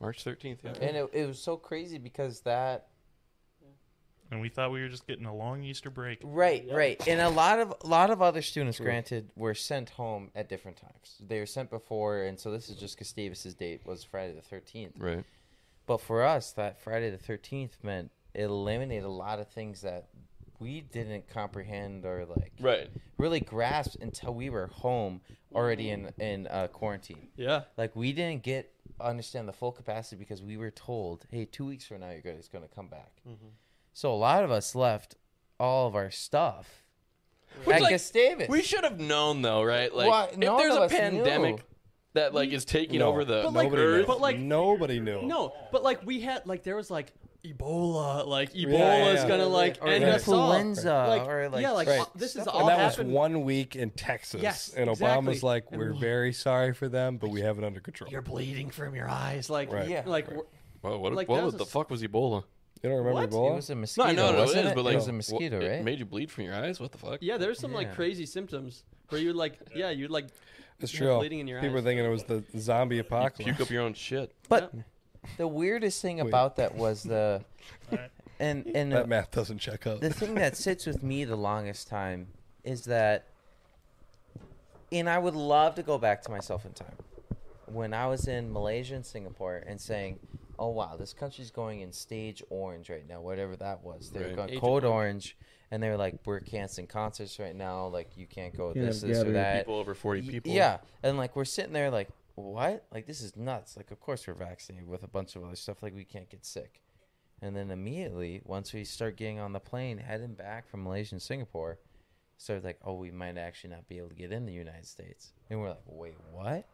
D: March 13th, yeah.
A: and it, it was so crazy because that
C: and we thought we were just getting a long Easter break.
A: Right, right. And a lot of a lot of other students, granted, were sent home at different times. They were sent before, and so this is just Gustavus's date was Friday the thirteenth.
D: Right.
A: But for us, that Friday the thirteenth meant it eliminated a lot of things that we didn't comprehend or like
D: Right.
A: really grasp until we were home already in in uh, quarantine.
E: Yeah.
A: Like we didn't get understand the full capacity because we were told, hey, two weeks from now you're gonna, it's going to come back.
D: Mm-hmm.
A: So a lot of us left all of our stuff at
D: like,
A: Gustavus.
D: We should have known, though, right? Like,
A: Why-
D: if
A: none
D: there's
A: of
D: a
A: us knew.
D: pandemic that, like, is taking
B: No.
D: over the
E: But, like,
B: Nobody knew.
D: earth.
E: but, like-
B: nobody knew.
E: No, but like we had like there was like Ebola, like Ebola's
B: yeah.
E: gonna like
A: or
E: end
B: right.
E: us all.
A: influenza,
E: Like,
A: or like
E: yeah, like
B: Right.
E: uh, this is
A: stuff
E: all
B: and that
E: happened.
B: was one week in Texas,
E: Yes,
B: and
E: exactly.
B: Obama's like,
E: And
B: "We're
E: we-
B: very sorry for them, but we have it under control."
E: You're bleeding from your eyes, like
B: Right.
A: Yeah.
E: like
B: Right.
D: Whoa, what,
E: like, that
D: what
E: was
D: the
E: a s-
D: fuck was Ebola?
B: You don't remember
E: What?
A: It
B: Ebola?
A: was a mosquito.
D: No, I know, no, it
A: wasn't
D: is, but like
A: it was a mosquito,
D: wha- It
A: right?
D: made you bleed from your eyes. What the fuck?
E: yeah, there's some like
A: Yeah.
E: crazy symptoms where you like yeah you like
B: it's
E: you have
B: true.
E: bleeding in your
B: People were
E: eyes.
B: thinking it was the zombie apocalypse.
D: Puke up your own shit.
A: but the weirdest thing about that was the
C: Alright.
A: and and
B: that math doesn't check out.
A: the thing that sits with me the longest time is that and I would love to go back to myself in time when I was in Malaysia and Singapore and saying oh wow, this country's going in stage orange right now, whatever that was. They were
D: Right.
A: going
E: Agent
A: code orange, and they were like, we're canceling concerts right now. Like you can't go
F: Yeah,
A: this, this,
F: yeah,
A: or
F: they-
A: that.
D: people over 40
A: Y-
D: people.
A: Yeah, and like we're sitting there like, what? Like this is nuts. Like of course we're vaccinated with a bunch of other stuff. Like we can't get sick. And then immediately once we start getting on the plane heading back from Malaysia and Singapore, started like, oh, we might actually not be able to get in the United States. And we're like, wait, what?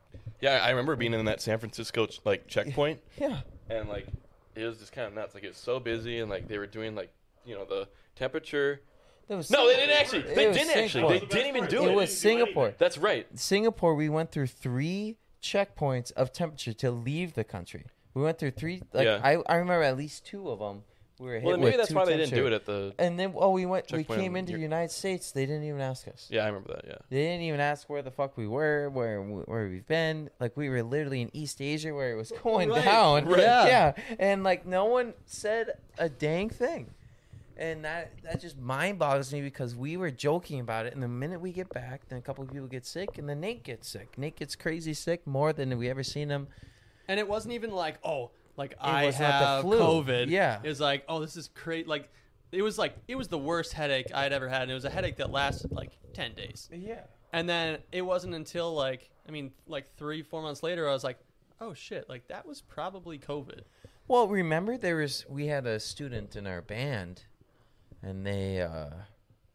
D: Yeah, I remember being in that San Francisco like checkpoint,
A: Yeah.
D: and like it was just kind of nuts. Like it was so busy, and like they were doing like you know the temperature.
A: That was
D: No, they
A: Singapore.
D: didn't actually.
A: It
D: They
A: was
D: didn't actually. They
A: Singapore.
D: didn't even do
A: it
D: it.
A: was Singapore.
D: That's right.
A: Singapore, we went through three checkpoints of temperature to leave the country. We went through three. Like
D: Yeah.
A: I, I remember at least two of them. We were hit
D: Well, then
A: with
D: maybe that's
A: two
D: why they didn't
A: temperature.
D: do it at the.
A: And then, oh, we went.
D: Checkpoint
A: we came
D: on
A: into the
D: your-
A: United States. They didn't even ask us.
D: Yeah, I remember that. Yeah.
A: They didn't even ask where the fuck we were, where where we've been. Like we were literally in East Asia where it was going
E: Right,
A: down.
D: right.
A: Yeah. and like no one said a dang thing, and that that just mind boggles me because we were joking about it. And the minute we get back, then a couple of people get sick, and then Nate gets sick. Nate gets crazy sick more than we ever seen him.
E: And it wasn't even like, oh, like I
A: was not the
E: have
A: flu.
E: COVID.
A: Yeah.
E: It was like, oh, this is crazy. Like, it was like, it was the worst headache I'd ever had. And it was a headache that lasted like 10 days.
A: Yeah.
E: And then it wasn't until like, I mean, like three, four months later, I was like, oh shit, like that was probably COVID.
A: Well, remember there was we had a student in our band, and they uh,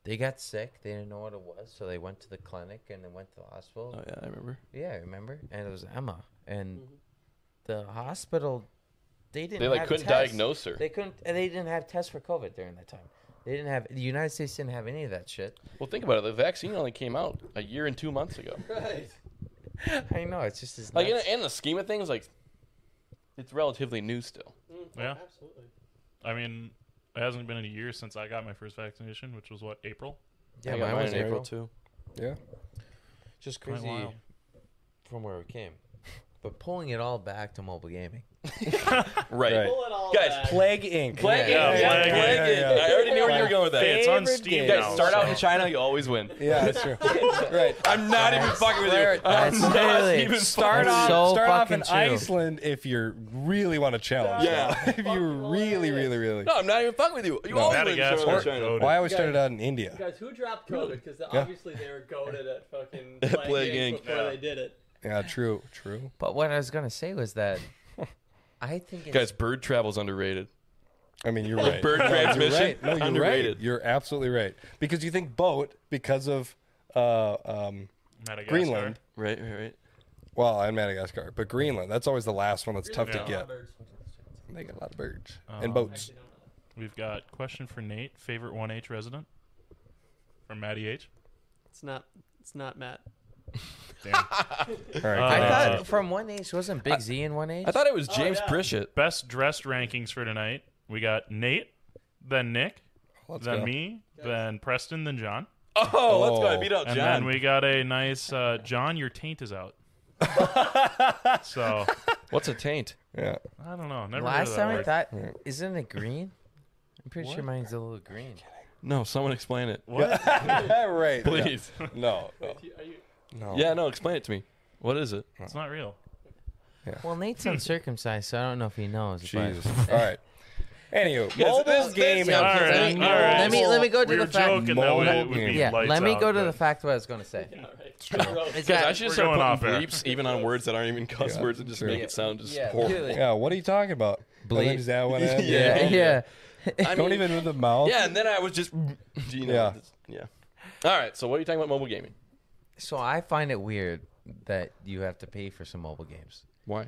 A: they got sick. They didn't know what it was, so they went to the clinic and they went to the hospital.
D: Oh yeah, I remember.
A: Yeah, I remember. And it was Emma, and the hospital they didn't.
D: They like
A: have
D: couldn't
A: tests.
D: diagnose her.
A: They couldn't. and They didn't have tests for COVID during that time. They didn't have the United States didn't have any of that shit.
D: Well, think about it. The vaccine only came out a year and two months ago.
E: Right.
A: I know it's just as
D: Like in,
A: nuts.
D: in the scheme of things, like it's relatively new still.
C: Yeah.
E: Absolutely.
C: I mean, it hasn't been a year since I got my first vaccination, which was what April.
A: yeah,
D: I got
A: mine
D: mine
A: was
D: in April
A: April.
D: too.
B: Yeah.
A: Just
C: Quite
A: crazy
C: wild.
A: from where we came, but pulling it all back to mobile gaming.
D: Right.
B: Right.
E: Pull it all
D: Guys,
E: back.
A: Plague Inc.
D: Plague
C: Yeah,
B: Oh,
D: Inc. Yeah,
C: Plague Inc.
D: Plague
B: Yeah,
D: Inc.
B: yeah.
D: I already knew where you were going with that.
C: Hey, it's on
A: Favorite
C: Steam
A: game.
D: You
C: now.
D: guys start out
C: so-
D: in China, you always win.
B: Yeah, that's true. right.
D: I'm not even fucking with you. I'm
A: That's
D: not
A: literally-
D: even
B: Start
A: That's
B: off,
A: so
B: start off in
A: fucking true.
B: Iceland if you really want to challenge.
D: Yeah.
B: though. if you really, really, really.
D: No, I'm not even fucking with you. You
B: No.
D: always win.
C: Madagascar.
D: China.
C: China.
B: Well, I always started out in India.
E: Guys, who dropped COVID? Because
B: Yeah.
E: obviously they were goaded at fucking
D: At
E: Plague,
D: Plague
E: Inc.
D: Inc.
E: before
C: Yeah.
E: they did it.
B: Yeah, true, true.
A: But what I was gonna say was that I think it's
D: Guys, bird travel's underrated.
B: I mean, you're right.
D: Bird
B: No, you're
D: transmission,
B: right. No, you're
D: underrated.
B: right. You're absolutely right. Because you think boat because of uh, um,
C: Madagascar.
B: Greenland.
D: Right, right, right.
B: Well, and Madagascar, but Greenland. That's always the last one that's tough
C: Yeah.
B: to get. They get a lot of birds and boats.
C: We've got question for Nate, favorite 1H resident from Matty H.
E: It's not. It's not Matt.
B: All right.
A: I
C: Uh,
B: great.
A: thought from one age wasn't Big Z in one age.
D: I thought it was
C: Oh,
D: James Pritchett.
C: Best dressed rankings for tonight. We got Nate, then Nick,
B: Let's
C: then
B: go.
C: me, then Preston, then John.
D: Oh, let's go. I
B: Oh.
D: beat out
C: And
D: John.
C: then we got a nice uh, John, your taint is out. so
D: What's a taint?
B: Yeah.
C: I don't know. Never heard of
A: Last
C: that
A: time I
C: word.
A: thought, isn't it green? I'm pretty sure mine's a little green.
D: No, someone explain it.
C: What?
B: right. yeah.
D: Please.
B: No. no. No.
D: Yeah, no, explain it to me. What is it?
C: It's not real.
A: Well, Nate's uncircumcised, so I don't know if he knows.
B: Jesus.
A: But,
B: All right. Anywho,
D: Yeah, so
B: mobile
D: this- this-
B: gaming.
D: yeah,
C: All right,
A: Let me-
C: all right.
A: let me- let me go to
C: we
A: the
C: were
A: fact-
C: joking that way it would
B: Mobile
C: be
A: yeah,
C: lights
A: let me
C: out,
A: go to
C: but-
A: the fact what I was going to say. It's
D: Guys, I
A: that-
D: should just
C: We're
D: start
C: going off
D: putting
C: air.
D: bleeps even on words that aren't even cuss
B: Yeah,
D: words and just
B: sure.
D: make it sound just
A: Yeah,
D: horrible.
A: really.
B: Yeah, what are you talking about? And then
A: Bleep.
B: just that one in.
D: Yeah.
A: yeah, yeah.
D: I
B: Don't
D: mean,
B: even with the mouth.
D: Yeah, and then I was just. You know,
B: Yeah.
D: just- yeah. All right, so what are you talking about mobile gaming?
A: So I find it weird that you have to pay for some mobile games.
D: Why?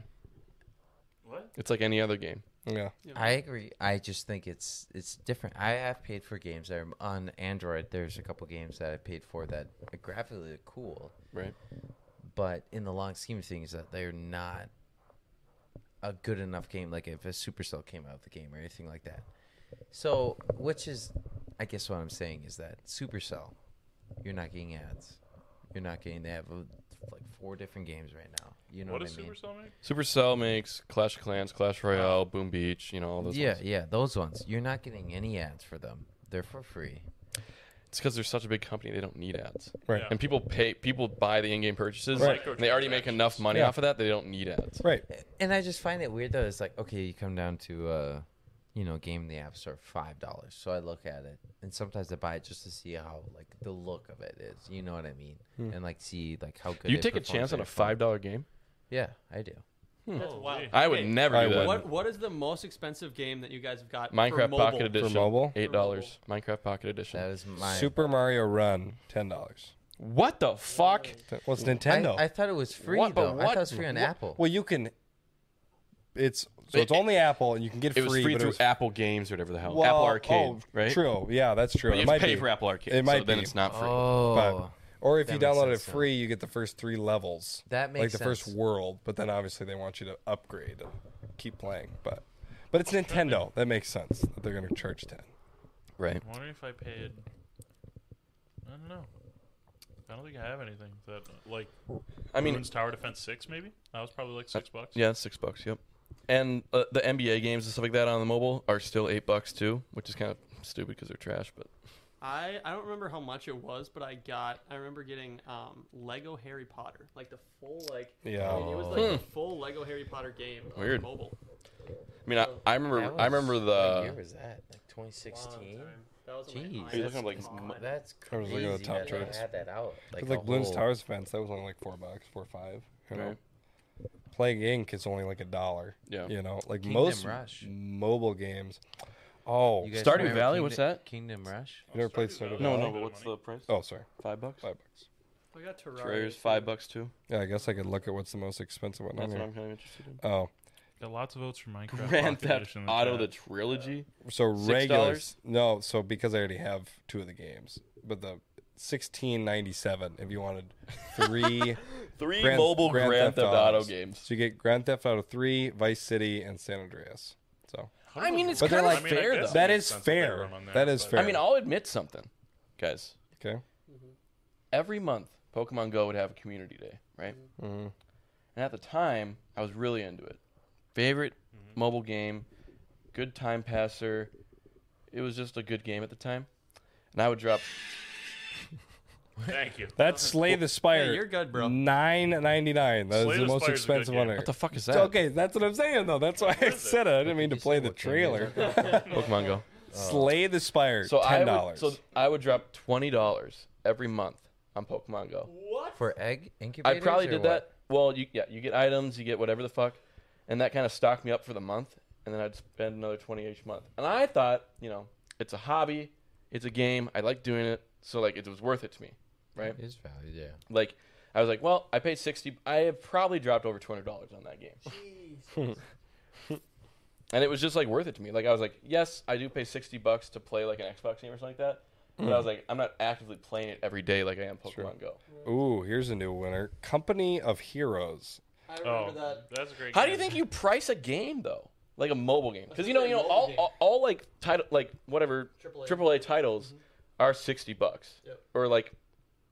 C: What?
D: It's like any other game.
B: Yeah.
A: I agree. I just think it's it's different. I have paid for games that are on Android. There's a couple games that I paid for that are graphically cool,
D: Right.
A: but in the long scheme of things, that they're not a good enough game. Like if a Supercell came out of the game or anything like that. So, which is, I guess, what I'm saying is that Supercell, you're not getting ads. You're not getting. They have uh, like four different games right now. You know
C: What
A: what,
C: does
A: I mean?
C: Supercell
D: Supercell
C: make?
D: makes Clash of Clans, Clash Royale, Boom Beach, you know, all those
A: Yeah,
D: ones.
A: yeah, those ones. You're not getting any ads for them. They're for free.
D: It's because they're such a big company, they don't need ads.
B: Right.
C: Yeah.
D: And people pay, people buy the in-game purchases.
C: Right.
D: and they already make enough money
B: Yeah.
D: off of that. They don't need ads.
B: Right.
A: And I just find it weird though. It's like okay, you come down to uh, you know, game in the app store five dollars. So I look at it, and sometimes I buy it just to see how like the look of it is. You know what I mean? And like see like how good
D: Hmm. You
A: it
D: take a
A: performs
D: chance on a
A: your phone.
D: five dollar game?
A: Yeah, I do.
E: That's wild.
D: I would
E: Hey,
D: never
B: I
D: do that.
B: wouldn't.
E: What what is the most expensive game that you guys have got? for
D: Minecraft
E: mobile?
D: Pocket Edition.
B: mobile?
D: Eight dollars. Minecraft Pocket Edition.
A: That is my
B: Super Mario Run, ten dollars.
D: What the fuck?
B: Well, it's
A: I,
B: Nintendo.
A: I thought it was free
D: What- but
A: though. I thought
D: what-
A: it was free on
D: what-
A: Apple.
B: well, you can. It's so
D: It-
B: it's only Apple, and you can get
D: It was free
B: but
D: through
B: it was,
D: Apple Games or whatever the hell.
B: Well,
D: Apple Arcade,
B: oh,
D: right?
B: True. Yeah, that's true.
D: But you
B: it
D: have to
B: might
D: pay
B: be.
D: for Apple Arcade.
B: It might
D: so then
B: be.
D: it's not free.
A: oh,
B: but- or if
A: That
B: you
A: makes
B: download it
A: sense, yeah.
B: free, you get the first three levels.
A: That
B: like
A: makes
B: the first
A: sense.
B: world, but then obviously they want you to upgrade and keep playing. But but it's Nintendo. That makes sense that they're going to charge ten.
D: right.
C: I wonder if I paid. I don't know. I don't think I have anything that like.
D: I mean, Uh,
C: Ruins Tower Defense Six, maybe that was probably like six bucks.
D: yeah, it's six bucks. Yep. And uh, the NBA games and stuff like that on the mobile are still eight bucks too, which is kind of stupid because they're trash. But
E: I, I don't remember how much it was, but I got I remember getting um, Lego Harry Potter, like the full like
B: Yeah.
E: I mean, it was like the full Lego Harry Potter game on
D: Hmm. Weird.
E: mobile.
D: I mean, I, I remember.
A: That
D: I remember
A: was- What year
D: the. uh,
A: was that? Like 2016.
E: That was
A: Jeez,
E: when
D: Are
E: I-
D: you looking
A: that's
D: up, like,
A: cr- that's
B: I was
A: crazy.
B: looking at the top
A: that they
B: charts.
A: had that out.
B: Like,
A: a
B: like Bloons
A: whole-
B: Towers Fence, that was only like four bucks, four or five. You know?
D: Right.
B: Playing Inc. is only like a dollar.
D: Yeah.
B: You know, like
A: Kingdom
B: most
A: Rush.
B: mobile games. Oh,
A: You
B: you
A: guys
D: Stardew
A: remember
D: Valley, what's
A: Kingdom-
D: that?
A: Kingdom Rush.
B: never played Stardew
D: No,
B: Valley?
D: no. But what's the price?
B: Oh, sorry,
D: Five bucks.
B: five bucks.
E: I got Terraria.
D: Terraria's
E: too.
D: five bucks too.
B: Yeah, I guess I could look at what's the most expensive one. on
D: That's what
B: here.
D: I'm kind of interested in.
B: Oh,
C: Got lots of votes for Minecraft.
D: Grand
C: Pocket
D: Theft
C: Edition in
D: Auto,
C: chat.
D: the trilogy.
B: so
D: Six
B: regular.
D: dollars?
B: No, so because I already have two of the games, but the sixteen ninety seven. If you wanted three,
D: Three
B: Grand-
D: mobile Grand,
B: Grand
D: Theft,
B: Theft
D: Auto
B: Autos.
D: games.
B: so you get Grand Theft Auto three, Vice City, and San Andreas. So
D: I mean, it's
B: But they're
D: kind
B: like-
D: of
B: I
C: mean, I
D: fair
C: guess
D: though.
B: That
C: it
B: is
C: makes sense they
B: fair.
C: were on
B: That is
C: but-
B: fair.
D: I mean, I'll admit something, guys.
B: okay,
D: Every month, Pokemon Go would have a community day, right?
B: Mhm.
D: And at the time, I was really into it. Favorite
B: Mm-hmm.
D: mobile game, good time passer. It was just a good game at the time. And I would drop.
C: Thank you.
B: that's Slay the Spire.
E: Hey, you're good, bro.
B: Nine ninety nine. That
C: Slay
B: is the
C: the
B: most
C: Spire's a good
B: expensive
C: game.
B: one. there.
D: What the fuck is that?
B: So, okay, that's what I'm saying though. That's why I said it. I didn't mean to
A: you
B: play
A: say
B: the
A: what game
B: trailer.
D: Pokemon Go.
B: Slay the Spire.
D: So I
B: ten
D: would,
B: dollars.
D: so I would drop twenty dollars every month on Pokemon Go.
E: What?
A: For egg
D: I
A: incubators.
D: probably
A: or
D: did
A: what?
D: that. Well, you yeah, you get items, you get whatever the fuck, and that kind of stocked me up for the month, and then I'd spend another twenty each month. And I thought, you know, it's a hobby, it's a game, I like doing it, so like it was worth it to me, right?
A: It is value, yeah.
D: Like I was like, well, I paid sixty. I have probably dropped over two hundred dollars on that game, and it was just like worth it to me. Like I was like, yes, I do pay sixty bucks to play like an Xbox game or something like that.
A: Hmm.
D: But I was like, I'm not actively playing it every day like I am Pokemon Go.
B: Ooh, here's a new winner. Company of Heroes.
E: I remember
C: Oh,
E: that.
C: that's a great.
D: How do you
C: game.
D: think you price a game though? Like a mobile game, because you know, you know,
E: Mobile
D: all,
E: game.
D: all, all like title, like whatever
E: Triple A. Mm-hmm.
D: triple A titles are sixty bucks,
E: Yep.
D: or like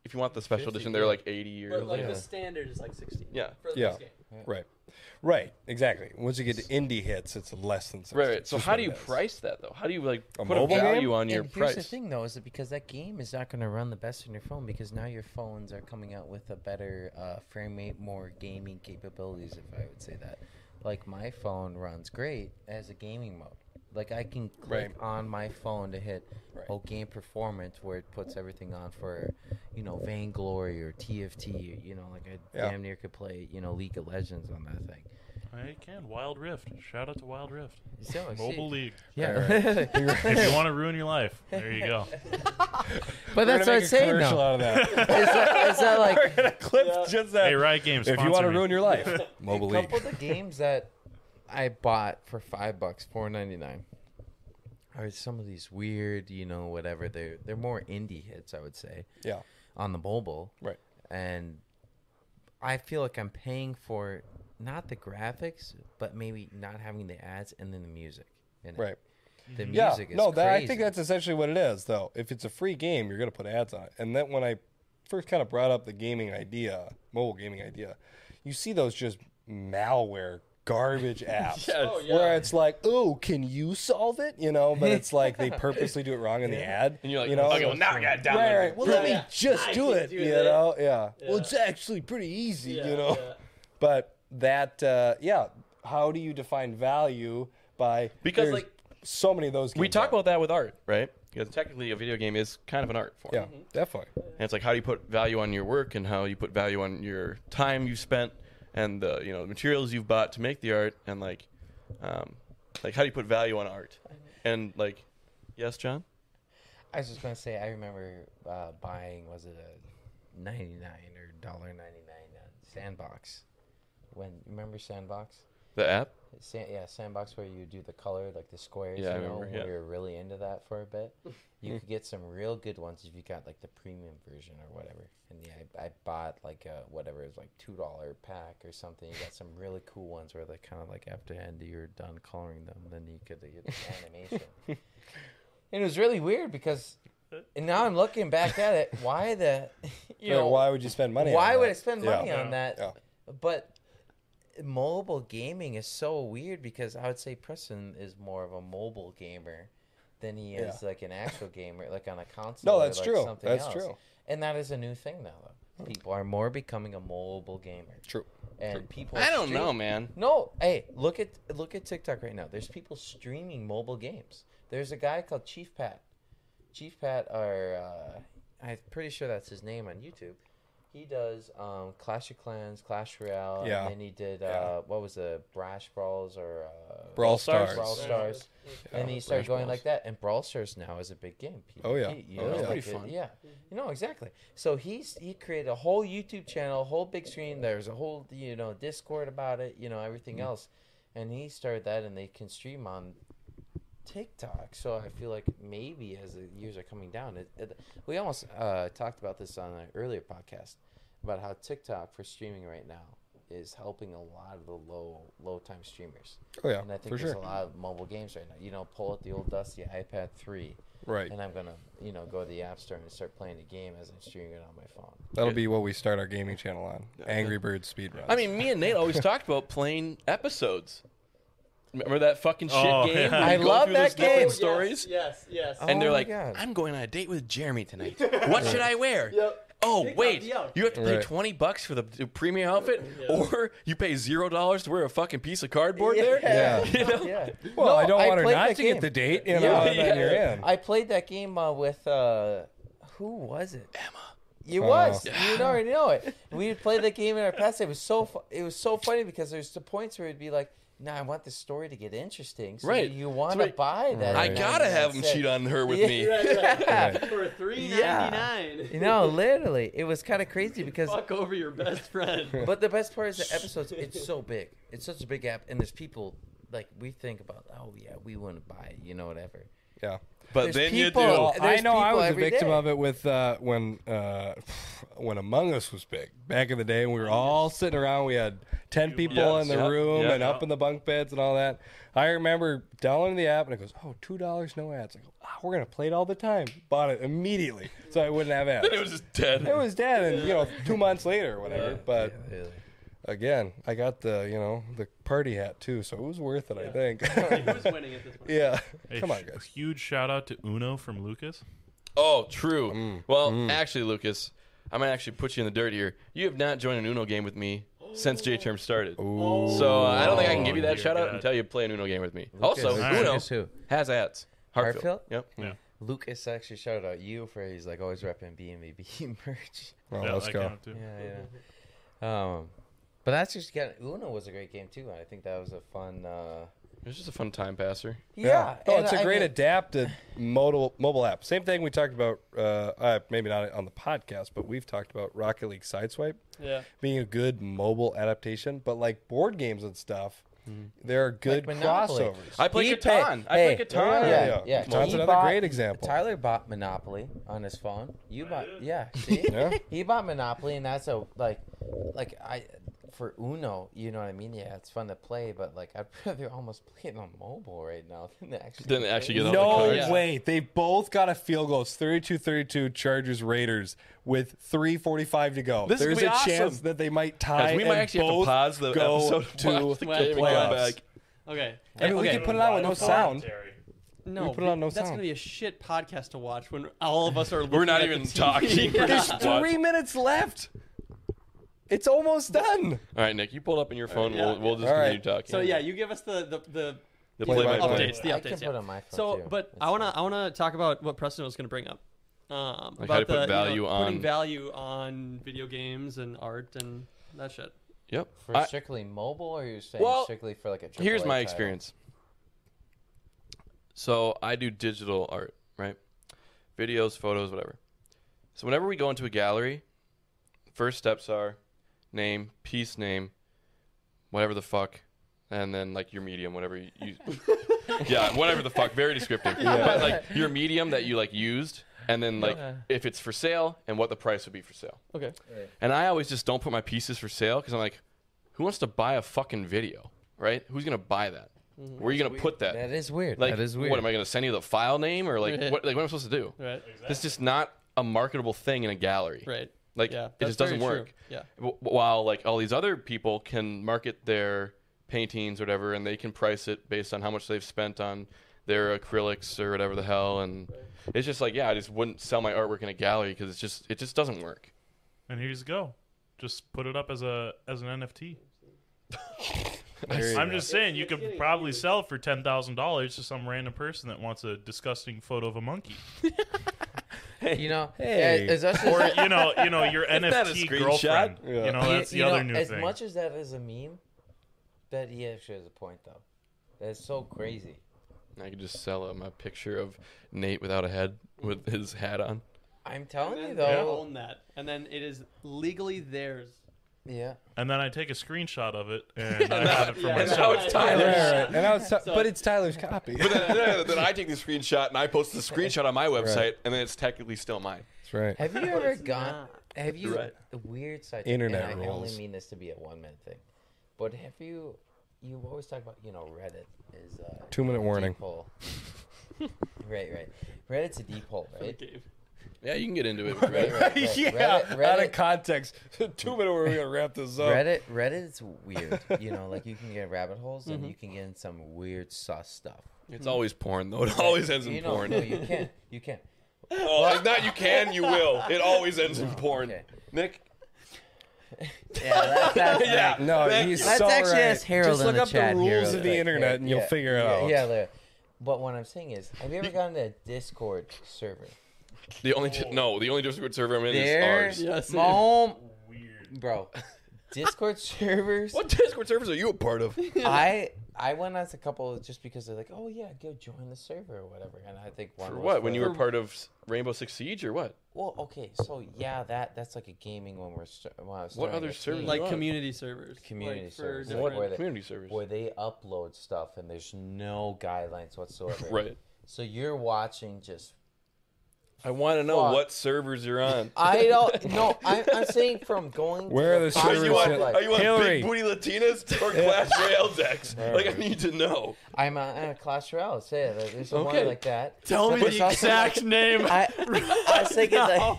D: if you want the special
A: 50,
D: edition, they're
A: yeah.
D: like eighty or
E: But like
A: Yeah.
E: the standard is like sixteen.
D: Yeah.
E: For
B: Yeah.
E: this game.
B: Right. Right, exactly. Once you get to indie hits, it's less than 60.
D: right, right. So
B: Just
D: how
B: what
D: do
B: it
D: you
B: is.
D: price that though? How do you like
B: A
D: put a
B: mobile game?
D: value on your
A: and
D: price?
A: Here's the thing, though, is that because that game is not going to run the best on your phone because now your phones are coming out with a better uh, frame rate, more gaming capabilities, if I would say that. Like, my phone runs great as a gaming mode. Like, I can click
B: Right.
A: on my phone to hit
B: Right.
A: oh, game performance where it puts everything on for, you know, Vainglory or TFT. You know, like, I
B: Yeah.
A: damn near could play, you know, League of Legends on that thing.
C: I can Wild Rift. Shout out to Wild Rift.
A: So,
C: Mobile League.
A: Yeah.
C: if you want to ruin your life, there you go.
A: but
B: We're
A: that's what I'm
B: gonna make a
A: saying,
B: commercial
A: though.
B: out of that.
A: Is that, is that like.
B: We're gonna clip just that.
C: Hey, Riot Games.
B: if you
C: want to
B: ruin your life, mobile
A: a couple
B: league.
A: of the games that I bought for five bucks, four ninety nine, are some of these weird, you know, whatever. They're they're more indie hits, I would say,
B: Yeah,
A: on the mobile,
B: right.
A: and I feel like I'm paying for not the graphics, but maybe not having the ads and then the music. in it.
B: Right.
A: The music
B: Yeah,
A: is
B: no, that, I think
A: crazy.
B: that's essentially what it is, though. If it's a free game, you're going to put ads on it. And then when I first kind of brought up the gaming idea, mobile gaming idea, you see those just malware garbage apps
D: Oh,
E: yeah.
B: where it's like, "Ooh, can you solve it?" You know, but it's like they purposely do it wrong in the ad.
D: And you're like,
B: you know,
D: okay, well now I got down
B: right,
D: there.
B: right. Well, let me
E: Yeah.
B: just
E: I
B: do
E: can
B: it.
E: do
B: you
E: that.
B: know, yeah. Well,
E: Yeah.
B: it's actually pretty easy.
E: Yeah,
B: you know,
E: yeah.
B: but that, uh, yeah. How do you define value by
D: Because,
B: there's
D: like,
B: so many of those?
D: We
B: games
D: talk
B: out.
D: about that with art, right? Because technically, a video game is kind of an art form.
B: yeah,
A: Mm-hmm.
B: definitely.
D: And it's like how do you put value on your work and how you put value on your time you spent and the you know the materials you've bought to make the art and like um, like how do you put value on art and like yes John
A: I was just gonna say, I remember uh, buying was it a ninety nine or dollar ninety nine uh, sandbox. When remember sandbox?
D: the app
A: San- yeah, sandbox where you do the color like the squares.
D: Yeah, I
A: you know,
D: remember, yeah.
A: we were really into that for a bit. You could get some real good ones if you got like the premium version or whatever. And yeah, I, I bought like a whatever it was like two dollar pack or something. You got some really cool ones where they kind of like after end you're done coloring them, then you could get the animation. And it was really weird because and now I'm looking back at it. Why the you
B: Like,
A: know
B: why would you spend money?
A: why
B: on
A: would
B: that?
A: I spend
B: Yeah.
A: money on
C: Yeah.
A: that?
B: Yeah.
A: But mobile gaming is so weird because I would say Preston is more of a mobile gamer than he is like an actual gamer, like on a console.
B: No,
A: or,
B: that's
A: like,
B: true.
A: something
B: That's
A: else.
B: true.
A: And that is a new thing now. Though. People are more becoming a mobile gamer,
B: True.
A: and people.
D: I don't
A: stream-
D: know man
A: No, hey, look at look at TikTok right now. There's people streaming mobile games. There's a guy called Chief Pat. Chief Pat are uh, I'm pretty sure that's his name on YouTube. He does um, Clash of Clans, Clash Royale,
B: Yeah.
A: and then he did uh,
B: Yeah.
A: what was the Brash Brawls or uh,
B: Brawl Stars.
A: Stars. Brawl Stars.
E: oh,
A: And then you start
D: Brash
A: going
D: Balls.
A: like that, and Brawl Stars now is a big game.
B: Oh, yeah.
A: PvP, you
B: Oh,
A: know,
B: yeah.
A: like
D: Pretty
A: it-
D: fun.
A: yeah, you know exactly. So he's he created a whole YouTube channel, a whole big stream. There's a whole you know Discord about it, you know everything
B: Mm-hmm.
A: else, and he started that, and they can stream on TikTok. So I feel like maybe as the years are coming down, it, it, we almost uh, talked about this on an earlier podcast about how TikTok for streaming right now is helping a lot of the low low time streamers.
B: Oh yeah,
A: And I think
B: for
A: there's
B: sure.
A: a lot of mobile games right now. You know, pull up the old dusty iPad 3,
B: Right.
A: and I'm going to, you know, go to the App Store and start playing the game as I'm streaming it on my phone.
B: That'll be what we start our gaming channel on. Angry Birds speedrun.
D: I mean me and Nate always talked about playing episodes remember that fucking shit
C: Oh,
D: game
C: yeah.
D: where you
A: I
D: go
A: love
D: through the
A: that
D: different
A: game.
E: Yes,
D: stories
E: Yes, yes.
D: and they're
A: Oh my
D: like
A: God.
D: I'm going on a date with Jeremy tonight what should I wear
E: Yep.
D: Oh
E: Pick up
D: wait,
E: the outfit.
D: you have to pay
B: Right.
D: twenty bucks for the the premium outfit,
E: Yeah.
D: or you pay zero dollars to wear a fucking piece of cardboard there.
A: Yeah.
D: You know?
A: Yeah.
B: well, I don't want her
A: played
B: not
A: that
B: to
A: game.
B: get the date, you know,
A: Yeah.
B: and then you're in.
A: I played that game uh, with, uh, who was it? Emma.
B: Oh.
A: It was. You already know it. We would play that game in our past. It was so fu- it was so funny because there's the points where it'd be like, "Nah, I want the story to get interesting." So
D: Right.
A: You want
D: So
A: to
D: wait,
A: buy that?
D: I
A: and
D: gotta
A: then
D: have him
A: that's it.
D: cheat on her with
A: Yeah.
D: me.
B: Right.
E: For three
A: Yeah.
E: ninety nine.
A: You know, literally, it was kind of crazy because
E: Fuck over your best friend.
A: But the best part is the episodes. It's so big. It's such a big app, and there's people like we think about. Oh yeah, we wouldn't buy it. You know whatever.
B: Yeah.
D: But
A: There's
D: then
A: people-
D: you do.
A: Well,
B: Well, I
A: there's
B: know I
A: people
B: was a
A: every
B: victim
A: day.
B: of it with uh, when uh, when Among Us was big back in the day. We were all sitting around. We had ten people
D: Yes.
B: in the
D: Yeah.
B: room
D: Yeah.
B: and up in the bunk beds and all that. I remember downloading the app and it goes, "Oh, two dollars, no ads." I go, ah, "We're gonna play it all the time." Bought it immediately so I wouldn't have ads.
D: It was just dead.
B: it was dead, and you know, two months later or whatever. But again, I got the you know the party hat too, so it was worth it. I think.
E: Who's winning at this point?
B: yeah,
C: A
B: come on,
C: sh-
B: guys.
C: Huge shout out to Uno from Lucas.
D: oh, true. Well, actually, Lucas, I'm gonna actually put you in the dirt here. You have not joined an Uno game with me since J Term started. So uh, I don't think I can give you that
C: dear
D: shout out
C: God.
D: until you play an Uno game with me. also,
A: Lucas
D: Uno
A: who?
D: has ads. Hartfield.
A: Hartfield?
D: Yep.
C: Yeah.
A: Lucas actually shouted out you for he's like always repping BMB E merch.
B: Well,
C: Yeah,
B: Oh, let's
C: I
B: go.
C: count too.
A: Yeah, yeah. Um, but that's just got Uno was a great game too. and I think that was a fun. Uh,
D: It was just a fun time passer.
A: yeah,
B: No,
D: Oh,
A: and
B: Oh, it's a
A: I
B: great
A: mean-
B: adapted mobile mobile app. Same thing we talked about. Uh, uh, maybe not on the podcast, but we've talked about Rocket League Sideswipe
E: Yeah.
B: being a good mobile adaptation. But like board games and stuff, there are good
A: Like Monopoly.
B: crossovers.
D: I play
A: He
D: Catan.
A: pay-
D: I play
A: hey,
D: Catan.
A: yeah, yeah.
B: Catan's
A: He
B: another
A: bought-
B: great example.
A: Tyler bought Monopoly on his phone. You bought, yeah. See,
B: Yeah.
A: he bought Monopoly, and that's a like, like I, for Uno, you know what I mean? Yeah, it's fun to play, but like I'd rather almost play it on mobile right now than to actually.
D: Than to actually
A: play
D: get
A: it.
D: out the
B: No
D: cards.
E: Yeah.
B: way. They both got a field goal. It's 32-32 Chargers Raiders with 3:45 to go.
D: This is
B: There's
D: gonna
B: a
D: be awesome.
B: chance that they might tie.
D: Guys, we might
B: and
D: actually have to
B: both
D: pause the
B: go
D: episode and
B: to
D: watch the
B: the
D: game
E: and
B: playoffs.
E: come
D: back.
E: Okay.
B: I mean, we
E: okay.
B: can put it on with no sound.
E: no,
B: we put it on no
E: that's
B: sound.
E: gonna be a shit podcast to watch when all of us are.
D: We're
E: looking
D: not
E: at the
D: even
E: TV.
D: talking. We're
B: There's
D: just
B: three
D: watching.
B: minutes left. It's almost done.
D: All right, Nick, you pulled up on your phone.
E: yeah.
D: We'll, we'll just
B: All right.
D: continue talking.
E: So yeah, you give us the the the,
D: the
B: play by play.
E: updates. The
A: I
E: updates.
A: can put
E: yeah.
A: it on my phone
E: So,
A: too.
E: but I wanna I wanna talk about what Preston was gonna bring up. Um,
D: Like
E: about
D: how to put
E: the, you know,
D: value on-
E: putting value on video games and art and that shit.
D: Yep.
A: for
D: I-
A: strictly mobile, or you're saying
D: Well,
A: strictly for like a.
D: here's
A: AAA
D: my
A: title?
D: experience. So I do digital art, right? Videos, photos, whatever. So whenever we go into a gallery, first steps are name, piece name, whatever the fuck, and then like your medium, whatever you, you yeah, whatever the fuck, very descriptive. But like your medium that you like used, and then like if it's for sale and what the price would be for sale.
E: Okay.
D: And I always just don't put my pieces for sale because I'm like, who wants to buy a fucking video, right? Who's gonna buy that? Where are you gonna put that?
A: That is weird.
D: like,
A: that is weird.
D: what am I gonna send you the file name or like what? Like, what am I supposed to do?
E: Right.
D: It's just not a marketable thing in a gallery.
E: Right.
D: Like,
E: Yeah,
D: it
E: that's
D: just doesn't
E: very
D: work.
E: true. Yeah.
D: W- while like all these other people can market their paintings or whatever, and they can price it based on how much they've spent on their acrylics or whatever the hell. And it's just like, yeah, I just wouldn't sell my artwork in a gallery because it's just it just doesn't work.
C: And here's go. Just put it up as a as an NFT.
B: There you
C: I'm
B: go.
C: just saying you could probably sell for ten thousand dollars to some random person that wants a disgusting photo of a monkey.
A: You know,
B: Hey.
A: as, as us
C: Or
A: as,
C: you know, you know, your
D: that a
C: NFT
D: screenshot?
C: girlfriend.
B: Yeah.
C: You know,
A: you-
C: that's the
A: you
C: other
A: know,
C: new
A: as
C: thing.
A: much as that is a meme, that he actually has a point though. That's so crazy.
D: And I could just sell him a picture of Nate without a head with his hat on.
A: I'm telling you
E: And then they
A: though.
E: own that, and then it is legally theirs.
A: Yeah.
C: and then I take a screenshot of it and I have it for
E: Yeah,
C: myself.
D: now it's
E: yeah,
D: Tyler's.
E: yeah.
B: Right, right. And I was
E: So-
B: but it's Tyler's copy.
D: then, then- then I take the screenshot and I post the screenshot on my website, and then it's technically still mine.
B: That's right.
A: Have you ever
E: it's
A: gone?
E: not.
A: Have you
D: Right.
A: the weird side?
B: Internet
A: and I only
B: rules.
A: mean this to be a one minute thing, but have you? You always talk about you know Reddit is uh,
B: Two minute warning.
A: deep hole. right, right. Reddit's a deep hole, right?
E: Okay.
D: Yeah, you can get into it.
A: Right, right, right.
B: yeah,
A: Reddit,
B: out of
A: Reddit,
B: context. Two minute. We're gonna wrap this up.
A: Reddit, Reddit's weird. You know, like you can get in rabbit holes
E: Mm-hmm.
A: and you can get in some weird sus stuff.
D: It's always porn, though. It always ends
A: You
D: in
A: know,
D: porn.
A: no, you can't. You can't.
D: Oh, if not you can, you will. It always ends in porn.
A: okay.
D: Nick,
A: Yeah, that's, that's
D: Yeah.
B: No,
D: Thank
B: he's
D: you.
A: Let's
B: so
A: actually
B: right.
A: ask Harold
B: Just
A: in
B: look
A: the
B: up
A: chat,
B: the rules
A: Harold,
B: of the
A: like,
B: internet, and you'll
A: yeah,
B: figure it
A: yeah,
B: out.
A: Yeah, there. But what I'm saying is, have you ever gotten to a Discord server?
D: the only di- no, the only Discord server I'm in is ours.
E: Yes,
A: my home,
C: Weird.
A: bro. Discord servers.
D: What Discord servers are you a part of?
A: I I went as a couple just because they're like, oh yeah, go join the server or whatever. And I think one
D: For
A: was
D: what? When you were
A: for-
D: part of Rainbow Six Siege or what?
A: well, okay, so yeah, that that's like a gaming when we're st- when I was
D: What
A: starting
D: other
A: a
D: servers
A: team,
E: Like
D: Right.
E: community servers.
A: Community
E: like for
A: servers.
E: different-
A: Where
D: What
A: they-
D: community servers?
A: where they upload stuff and there's no guidelines whatsoever.
D: Right.
A: So you're watching just
D: I want to know
A: Fuck.
D: what servers you're on.
A: I don't. No, I'm, I'm saying from going.
B: Where
A: to
B: are the
A: bottom
B: servers
A: of,
B: at?
A: like,
D: Are you on
B: Hillary.
D: Big Booty Latinas or Clash Royale decks? Like, I need to know.
A: I'm on a Clash Royale. Say it. Like, there's
D: Okay.
A: one like that.
D: Tell
A: But
D: me
A: there's
D: the
A: also,
D: exact
A: like,
D: name.
A: I, I was thinking like,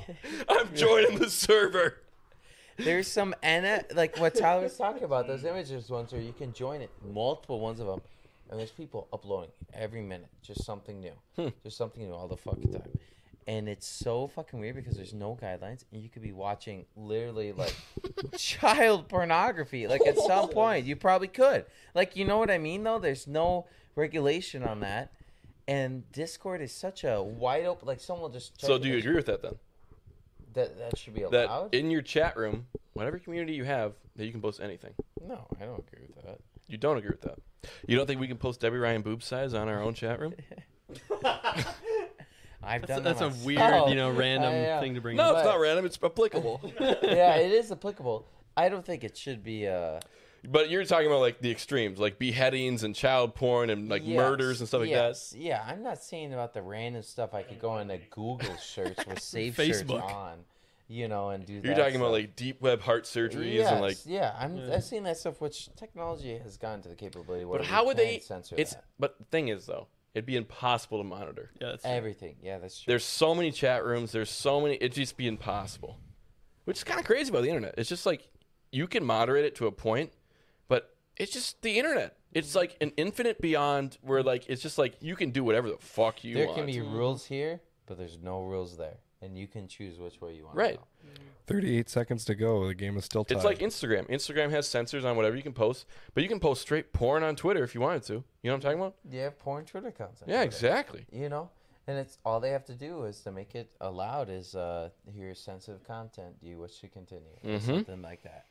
D: I'm joining the server.
A: there's some Anna like what Tyler was talking about. Those images ones where you can join it, multiple ones of them, and there's people uploading every minute, just something new, just something new all the fucking time. And it's so fucking weird because there's no guidelines, and you could be watching literally like child pornography. Like at some point, you probably could. Like you know what I mean though. There's no regulation on that, and Discord is such a wide open. Like someone will just
D: So,
A: check
D: do you
A: it.
D: agree with that then?
A: that that should be
D: That
A: allowed?
D: in your chat room, whatever community you have, that you can post anything.
A: no, I don't agree with that.
D: You don't agree with that. You don't think we can post Debbie Ryan boob size on our own chat room?
A: I've
E: That's,
A: done
E: that's a
A: that
E: weird,
A: myself.
E: you know, random
A: I, uh,
E: thing to bring
D: Oh. No,
E: up.
D: it's not random. It's applicable.
A: yeah, it is applicable. I don't think it should be. Uh,
D: but you're talking about like the extremes, like beheadings and child porn and like
A: yes,
D: murders and stuff like
A: yes, Yeah, I'm not saying about the random stuff. I could go on a Google search with safe search
E: Facebook.
A: on. you know, and do that.
D: You're talking
A: stuff.
D: about like deep web heart surgeries
A: yes,
D: and like.
A: yeah, I'm
E: Yeah.
A: I've seen that stuff which technology has gotten to the capability where
D: But
A: we
D: how would
A: can
D: they?
A: censor
D: It's
A: that.
D: but the thing is though, it'd be impossible to monitor.
E: Yeah, that's
A: everything. Yeah, that's true.
D: There's so many chat rooms. There's so many. It'd just be impossible. Which is kind of crazy about the internet. It's just like you can moderate it to a point, but it's just the internet. It's like an infinite beyond where like it's just like you can do whatever the fuck you
A: there
D: want.
A: can be rules here, but there's no rules there, and you can choose which way you want.
D: Right.
A: To go.
B: 38 seconds to go. The game is still tied.
D: It's like Instagram. Instagram has censors on whatever you can post, but you can post straight porn on Twitter if you wanted to. You know what I'm talking about?
A: Yeah, porn Twitter content. Twitter,
D: Yeah, exactly.
A: You know, and it's all they have to do is to make it allowed is uh, here's sensitive content. Do you wish to continue? Or
D: Mhm.
A: Something like that.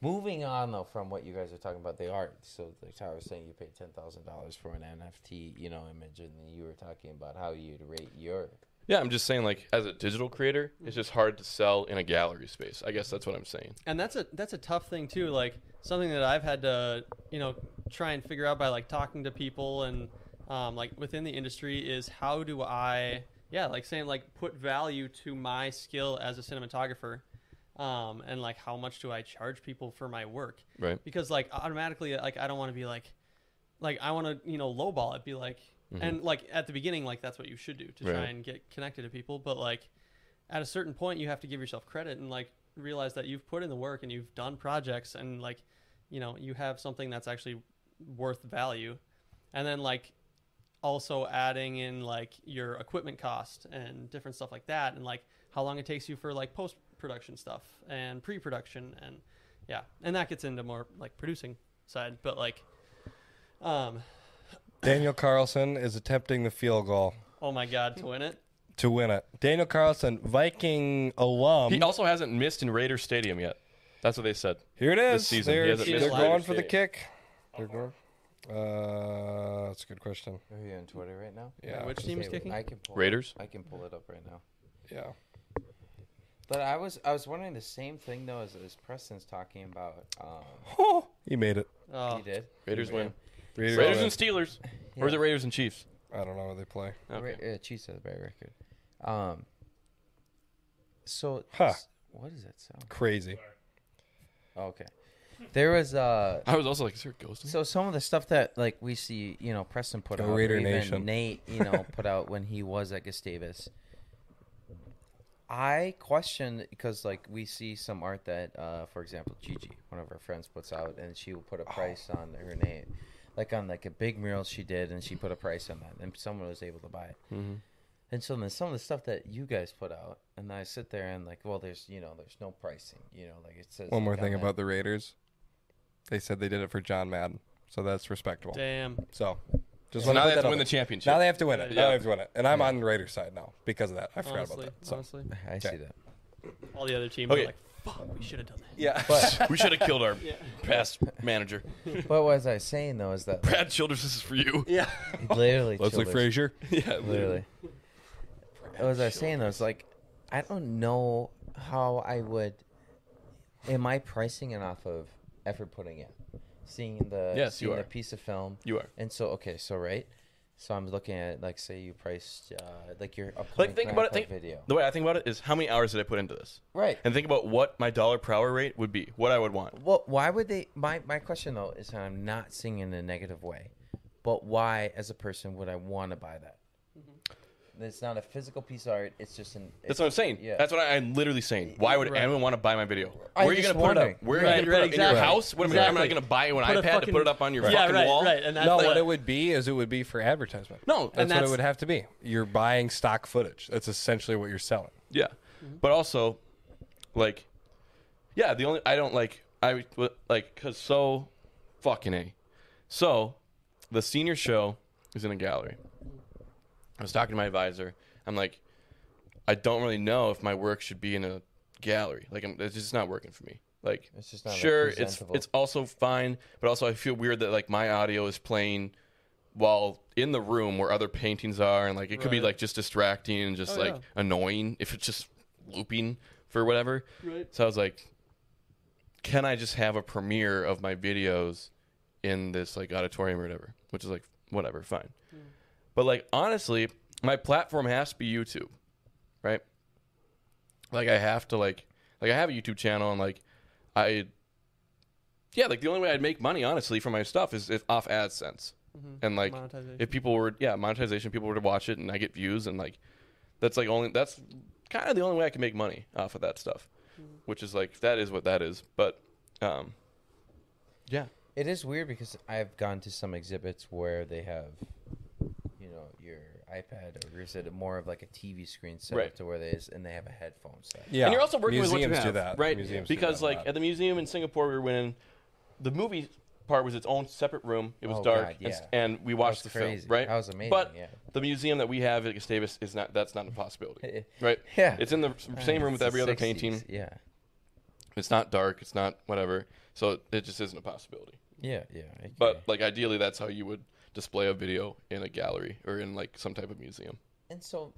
A: Moving on though from what you guys are talking about, the art. So like Tyler was saying, you paid ten thousand dollars for an NFT, you know, image, and then you were talking about how you'd rate your
D: Yeah, I'm just saying, like, as a digital creator, it's just hard to sell in a gallery space. I guess that's what I'm saying.
E: and that's a that's a tough thing too like something that i've had to you know try and figure out by like talking to people and um, like within the industry is how do i yeah like saying like put value to my skill as a cinematographer um, and like how much do i charge people for my work
D: Right.
E: because like automatically like i don't want to be like like i want to you know lowball it be like and like at the beginning like that's what you should do to try
D: Mm-hmm. Right.
E: and get connected to people but like at a certain point you have to give yourself credit and like realize that you've put in the work and you've done projects and like you know you have something that's actually worth value and then like also adding in like your equipment cost and different stuff like that and like how long it takes you for like post production stuff and pre-production and yeah and that gets into more like producing side but like um
B: Daniel Carlson is attempting the field goal
E: oh my god to win it
B: to win it. Daniel Carlson, Viking alum.
D: He Um, also hasn't missed in Raider Stadium yet. That's what they said.
B: Here it is.
D: season, he
B: They're,
D: hasn't
B: they're
E: missed a
B: going
D: Raiders
B: for the
D: game.
B: kick. They're going. Uh, that's a good question.
A: are you on Twitter right now?
B: Yeah.
E: which team is
A: Okay,
E: kicking
A: I can pull
D: Raiders?
A: I can pull it up right now.
B: Yeah.
A: But I was I was wondering the same thing though as, as Preston's talking about. Um,
B: Oh, he made it.
E: oh
A: he did.
D: Raiders win.
B: Raiders,
D: Raiders
B: win.
D: and Steelers. Or is it Raiders and Chiefs?
B: I don't know where they play.
D: Okay.
A: Ra- uh, Chiefs have the better record. Um. So
B: Huh.
A: s- what does that sound? Oh,
B: Crazy.
A: Okay, there was uh.
D: I was also like, is there a ghost?
B: Mm-hmm.
D: in
A: So some of the stuff that like we see, you know, Preston put
B: Go
A: out, or
B: Raider
A: even
B: Nation.
A: Nate, you know, put out when he was at Gustavus. I question because like we see some art that, uh, for example, Gigi, one of our friends, puts out, and she will
B: Oh.
A: put a price on her name, like on like a big mural she did, and she put a price on that, and someone was able to buy it.
B: Mm-hmm.
A: And so then some of the stuff that you guys put out, and I sit there and like, well, there's you know, there's no pricing, you know, like it says.
B: One more
A: like, on
B: thing
A: that-
B: about the Raiders. They said they did it for John Madden, so that's respectable.
E: damn
B: So, just
D: So
B: wanna
D: now
B: put
D: they have
B: that
D: to
B: out
D: win the
B: there.
D: championship.
B: Now they have to win it. Now
D: Yeah.
B: they have to win it, and I'm on the Raiders' side now because of that. I forgot
E: honestly
B: about that. So.
E: honestly
A: I
B: Okay.
A: see that.
E: all the other teams
D: Okay.
E: are like fuck we should have done that
B: Yeah,
D: we should have killed our past manager.
A: But what was I saying though is that
D: Brad Childers, this is for you.
B: yeah.
A: literally
B: Leslie
A: childers.
B: Frazier.
D: yeah.
A: Literally. What was I saying though? It's like I don't know how I would. Am I pricing it off of effort putting in, seeing the
D: Yes, you
A: seeing the
D: are.
A: piece of film,
D: You are.
A: and so okay, so right, so I'm looking at like say you priced uh, like your upcoming
D: Like, think about it.
A: Grandpa
D: Think,
A: video,
D: The way I think about it is how many hours did I put into this?
A: right?
D: And think about what my dollar per hour rate would be, what I would want.
A: Well, why would they? My my question though is, and I'm not seeing it in a negative way, but why, as a person, would I want to buy that? It's not a physical piece of art. It's just an.
D: Mm-hmm. That's what I'm saying.
A: Yeah.
D: That's what I, am literally saying. Why would
E: Right.
D: anyone want to buy my video?
A: I'm
D: Where are you
A: just
D: going to put it
A: wondering.
D: up? Where
A: Right,
D: are you going to
E: right,
D: put it up? In your
E: exactly.
D: house? What am I- I'm not
E: Exactly.
D: going to buy you an
E: Put a
D: iPad to
E: fucking-
D: put it up on your
E: yeah
D: fucking
E: right
D: wall?
E: right and that's
B: No,
E: like,
B: what it would be is it would be for advertisement.
D: No,
B: that's,
E: and
B: what it
E: that's-
B: would have to be. You're buying stock footage. That's essentially what you're selling.
D: Yeah, but also, like, yeah, the only I don't like I w- like because so fucking a. So, the senior show is in a gallery. I was talking to my advisor. I'm like, I don't really know if my work should be in a gallery. Like, I'm, it's just not working for me. Like,
A: It's just not, like,
D: sure. It's
A: presentable.
D: it's also fine, but also I feel weird that like my audio is playing while in the room where other paintings are, and like it could be
E: Right.
D: like just distracting and just
E: Oh,
D: like
E: yeah.
D: annoying if it's just looping for whatever.
E: Right.
D: So I was like, can I just have a premiere of my videos in this like auditorium or whatever? Which is like whatever, fine. But like honestly, my platform has to be YouTube, right? like I have to like like I have a YouTube channel and like I yeah like the only way I'd make money honestly for my stuff is if off AdSense and like
E: monetization.
D: if people were yeah monetization people were to watch it and I get views and like that's like only that's kind of the only way I can make money off of that stuff which is like that is what that is but um yeah
A: It is weird because I've gone to some exhibits where they have, you know, your iPad or is it more of like a TV screen set up
D: Right.
A: to where they is, and they have a headphone set.
B: Yeah,
D: And you're also working with what you
B: Museums
D: have,
B: do that.
D: right?
B: Museums do
D: because
B: that a
D: like
B: lot.
D: at the museum in Singapore, we were in the movie part was its own separate room. It was
A: Oh,
D: dark,
A: God,
D: and s-
A: yeah.
D: and we watched
A: was
D: the
A: crazy.
D: film. Right,
A: That was amazing,
D: But
A: yeah.
D: the museum that we have at Gustavus is not. That's not a possibility, right?
A: Yeah.
D: it's in the s- same room with
A: It's the
D: every other
A: 60s,
D: painting.
A: Yeah,
D: It's not dark. It's not whatever. So it- it just isn't a possibility.
A: yeah, yeah. okay.
D: But like ideally, that's how you would display a video in a gallery or in like some type of museum.
A: and so,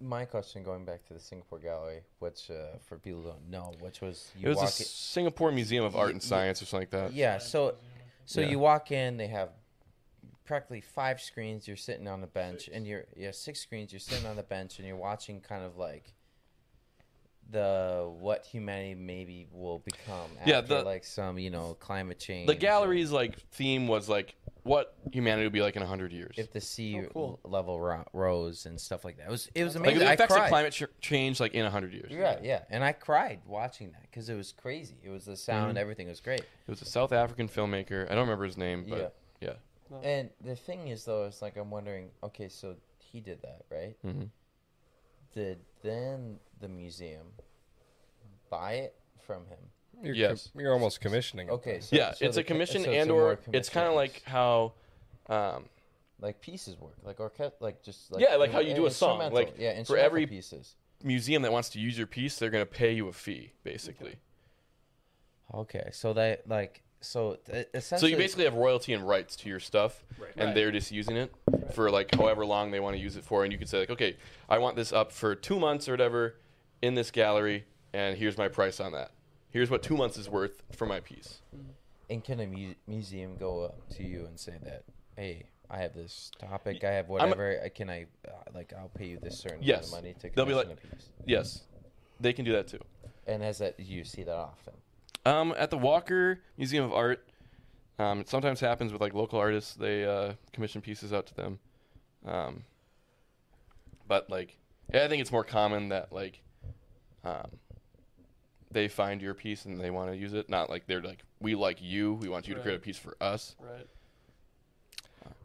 A: my question going back to the Singapore Gallery, which uh, for people who don't know, which was you
D: It was the
A: walk in-
D: Singapore Museum of Art and Science or something like that.
A: Yeah, so so
D: Yeah.
A: you walk in, they have practically five screens, you're sitting on a bench and you're yeah, six screens, you're sitting on the bench and you're watching kind of like the what humanity maybe will become after
D: Yeah, the-
A: like some, you know, climate change.
D: The
A: or
D: gallery's like theme was like what humanity would be like in hundred years.
A: if the sea
E: Oh, cool.
A: l- level ro- rose and stuff like that. It was it was
D: like
A: amazing.
D: the
A: I
D: effects
A: cried.
D: of climate ch- change like in hundred years.
A: yeah, yeah, and I cried watching that because it was crazy. It was the sound,
D: Mm-hmm.
A: everything was great.
D: It was a South African filmmaker. I don't remember his name, but yeah.
A: And the thing is, though, it's like I'm wondering. Okay, so he did that, right?
D: Mhm.
A: Did then the museum buy it from him?
B: You're,
D: Yes.
B: com- you're almost commissioning. it.
A: Okay, so,
D: yeah,
A: so
D: it's
A: the
D: a
A: co-
D: commission
A: so
D: and
A: a
D: or
A: more
D: it's
A: commission
D: kind of
A: piece.
D: like how um
A: like pieces work, like orchest, like just
D: Yeah, like how you
A: in-
D: do a song,
A: instrumental,
D: like,
A: yeah,
D: for
A: instrumental
D: every-
A: pieces.
D: museum that wants to use your piece, they're going to pay you a fee basically.
A: Okay, so that like so th-
D: So
A: essentially,
D: you basically have royalty and rights to your stuff and
A: Right.
D: they're just using it for like however long they want to use it for and you could say like okay, I want this up for 2 months or whatever in this gallery and here's my price on that. Here's what 2 months is worth for my piece.
A: and can a mu- museum go up to you and say that, hey, I have this topic, I have whatever, I can I uh, like I'll pay you this certain
D: Yes.
A: amount of money to
D: They'll be
A: commission
D: like-
A: a piece.
D: Yes. They can do that too.
A: And as that you see that often.
D: Um, at the Walker Museum of Art, um, it sometimes happens with like local artists. They uh, commission pieces out to them, um, but like yeah, I think it's more common that like um, they find your piece and they want to use it. Not like they're like we like you. We want you to
E: Right.
D: create a piece for us.
E: Right.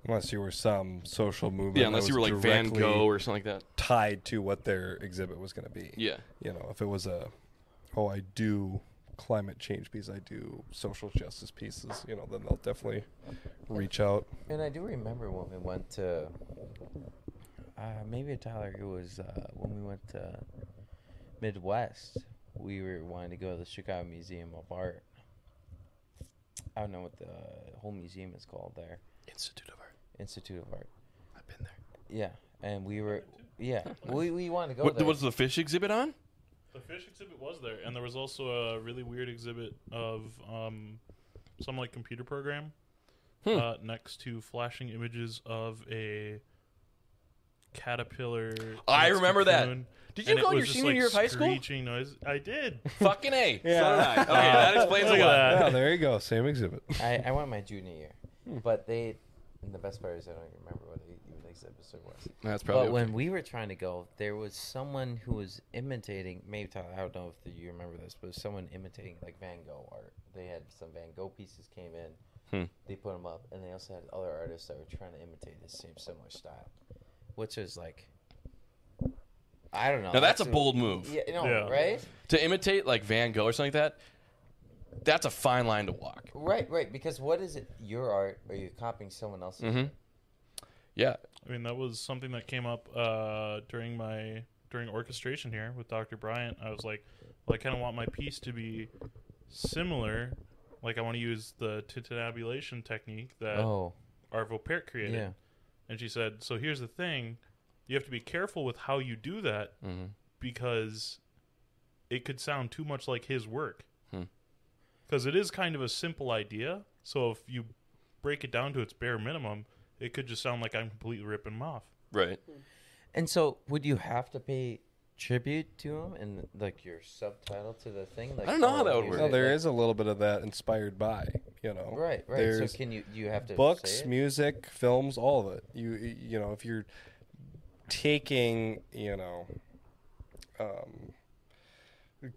B: Unless you were some social movement.
D: Yeah,
B: that
D: unless you were
B: was
D: like Van
B: directly
D: Gogh or something like that.
B: tied to what their exhibit was going to be.
D: Yeah,
B: You know, if it was a, oh, I do climate change piece, I do social justice pieces. You know, then they'll definitely reach out.
A: And I do remember when we went to, uh, maybe Tyler, it was uh, when we went to Midwest. We were wanting to go to the Chicago Museum of Art. I don't know what the whole museum is called there.
D: Institute of Art.
A: Institute of Art.
D: I've been there.
A: Yeah, and we were, yeah, we, we wanted to go
D: What
A: there.
D: was the fish exhibit on?
C: The fish exhibit was there, and there was also a really weird exhibit of um, some like computer program
D: Hmm.
C: uh, next to flashing images of a caterpillar. in
D: I
C: its
D: remember that.
C: cocoon,
D: Did
C: and
D: you go
C: it
D: in your
C: was just,
D: senior
C: like,
D: year of high school?
C: screeching noise. I did.
D: Fucking a. So did
B: Yeah.
D: I. Okay, that explains a
C: Look at
D: lot.
C: that.
B: Yeah, there you go. Same exhibit.
A: I, I went my junior year,
D: Hmm.
A: but they, and the best part is I don't even remember what the- even the exhibit was.
D: That's
A: But
D: probably okay.
A: when we were trying to go, there was someone who was imitating. Maybe Tyler, I don't know if you remember this, but someone imitating like Van Gogh art. They had some Van Gogh pieces came in,
D: Hmm.
A: they put them up, and they also had other artists that were trying to imitate the same similar style, which is like, I don't know.
D: Now that's a bold move.
A: Yeah, no,
C: Yeah.
A: right,
D: to imitate like Van Gogh or something like that, that's a fine line to walk.
A: right, right. Because what is it? Your art, or you're copying someone else's?
D: Mhm. Yeah,
C: I mean, that was something that came up uh, during my during orchestration here with Dr. Bryant. I was like, well, I kind of want my piece to be similar. Like, I want to use the titinabulation technique that
A: Oh,
C: Arvo Pärt created.
A: yeah.
C: And she said, "So here's the thing, you have to be careful with how you do that
D: Mhm.
C: because it could sound too much like his work.
D: Hmm.
C: Because it is kind of a simple idea. So if you break it down to its bare minimum,
D: Mm-hmm.
C: it could just sound like I'm completely ripping him off.
D: right.
A: And so, would you have to pay tribute to him and like your subtitle to the thing? Like,
D: don't know how
A: all
D: that
A: the
D: would
A: music,
D: work.
B: No, there
A: like-
B: is a little bit of that inspired by, you know.
A: Right, right.
B: There's
A: so can you you have to say
B: books,
A: it?
B: music, films, all of it. You you know, if you're taking, you know, um,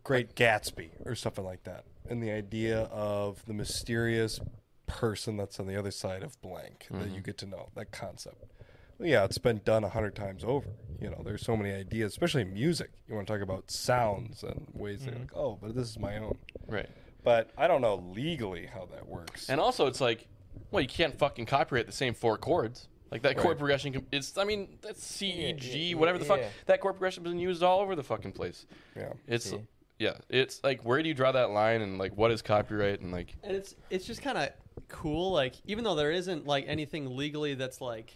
B: Great Gatsby or something like that, and the idea of the mysterious person that's on the other side of blank that you get to know, that concept. Well, yeah, it's been done a hundred times over. You know, there's so many ideas, especially in music. You want to talk about sounds and ways that you're like, oh, but this is my own.
D: Right.
B: But I don't know legally how that works.
D: And also, it's like, well, you can't fucking copyright the same four chords. Like that chord progression, com- it's I mean that's C E G
A: yeah,
D: whatever the fuck
A: yeah.
D: that chord progression has been used all over the fucking place.
B: yeah.
D: It's
A: See?
D: yeah, it's like where do you draw that line and like what is copyright and like
E: and it's it's just kind of cool like even though there isn't like anything legally that's like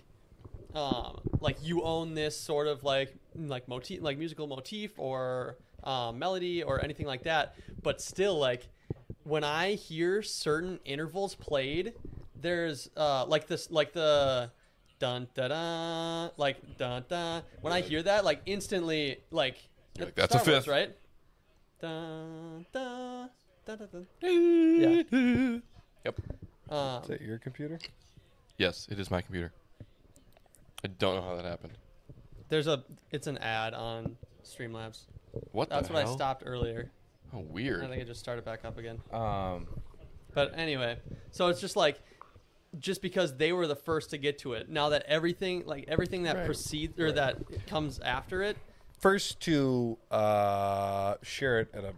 E: um like you own this sort of like like motif like musical motif or um, melody or anything like that but still like when i hear certain intervals played there's uh like this like the dun da da like dun da when i hear that like instantly like,
D: You're like, that's a
E: Star Wars,
D: fifth.
E: right dun, dun, dun, dun, dun. Yeah.
D: Yep.
E: Um,
B: Is that your computer?
D: Yes, it is my computer. I don't know how that happened.
E: there's a it's an ad on Streamlabs.
D: What the
E: That's what I
D: hell?
E: stopped earlier.
D: Oh,
E: I think
D: weird.
E: it just started back up again.
A: Um,
E: But anyway, so it's just like just because they were the first to get to it. Now that everything like everything that precedes or that comes after it,
B: First to uh, share it at a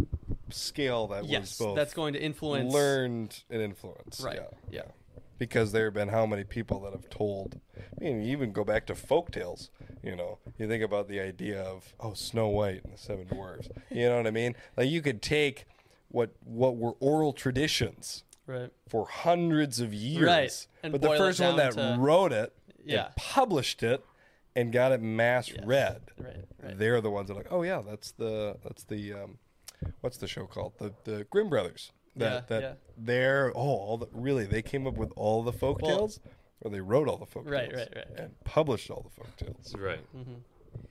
B: scale that
E: yes,
B: was both
E: that's going to influence
B: learned and influenced.
E: Right,
B: Yeah.
E: yeah.
B: Because there have been how many people that have told. I mean, you even go back to folktales. You know, you think about the idea of oh, Snow White and the Seven Dwarfs. You know what I mean? Like you could take what what were oral traditions
E: right.
B: for hundreds of years.
E: Right, and
B: But the
E: boil it
B: first one
E: down
B: that
E: to-
B: wrote it
E: Yeah.
B: and published it and got it mass read.
E: Right, right.
B: They're the ones that are like, oh yeah, that's the that's the um, what's the show called? The the Grimm brothers. That
E: Yeah,
B: that
E: yeah.
B: they're oh all the, really they came up with all the folk
E: Well-
B: tales or they wrote all the folk
E: Right,
B: tales
E: right, right.
B: and published all the folk tales.
D: Right.
E: Mm-hmm.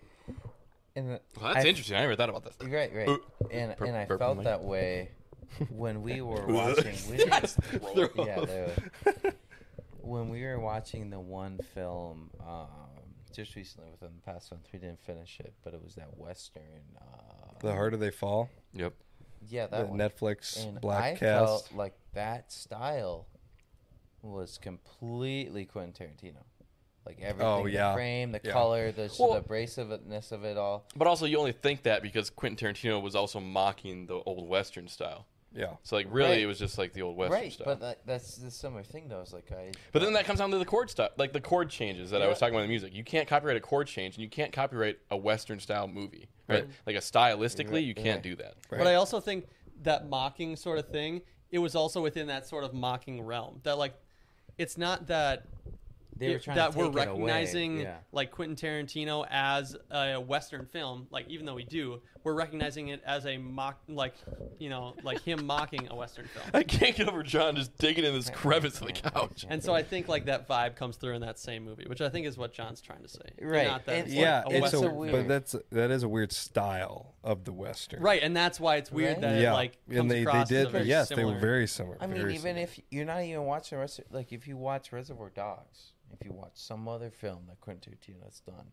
A: and the,
D: Well, that's
A: I-
D: interesting. I never thought about that.
A: Right, right. And
D: Uh, Pur-
A: and I
D: purple
A: felt
D: mic.
A: that way when we were watching. We didn't- yeah, the- when we were watching the one film um, just recently within the past month, we didn't finish it, but it was that western. Uh,
B: The harder they fall.
D: Yep.
A: yeah,
B: The
A: that one.
B: Netflix
A: and
B: black
A: I
B: cast.
A: felt like that style was completely Quentin Tarantino. Like everything,
B: Oh, yeah.
A: the frame, the
B: Yeah.
A: color, the,
D: Well-
A: the abrasiveness of it all.
D: But also, you only think that because Quentin Tarantino was also mocking the old Western style.
B: yeah.
D: So, like, really,
A: Right.
D: it was just like the old Western
A: right,
D: style.
E: uh,
A: but that, that's the similar thing though. It's like I.
D: But then that comes down to the chord stuff, like the chord changes that I was
A: Yeah.
D: talking about in the music. You can't copyright a chord change, and you can't copyright a Western style movie, right? Like a stylistically, you can't do that.
B: Right.
E: But I also think that mocking sort of thing, it was also within that sort of mocking realm. That like it's not that
A: they were
E: it-
A: trying
E: that
A: to
E: we're
A: take it away.
E: recognizing
A: Yeah.
E: like Quentin Tarantino as a Western film. Like even though we do, we're recognizing it as a mock, like you know, like him mocking a Western film.
D: I can't get over John just digging in this crevice of the couch.
E: And so I think like that vibe comes through in that same movie, which I think is what John's trying to say.
A: Right.
E: Not that
A: And-
E: it's, like,
B: yeah,
E: a
B: it's a,
E: Western
A: a
E: film.
A: weird-
B: but that's that is a weird style of the western.
E: right, and that's why it's weird
A: Right.
E: that it like comes
B: and they, they
E: across as a
B: did
E: very
B: yes they
E: similar-
B: were very similar
A: I mean,
B: very
A: even
B: similar.
A: if you're not even watching rest, like if you watch Reservoir Dogs, if you watch some other film that Quentin Tarantino's done,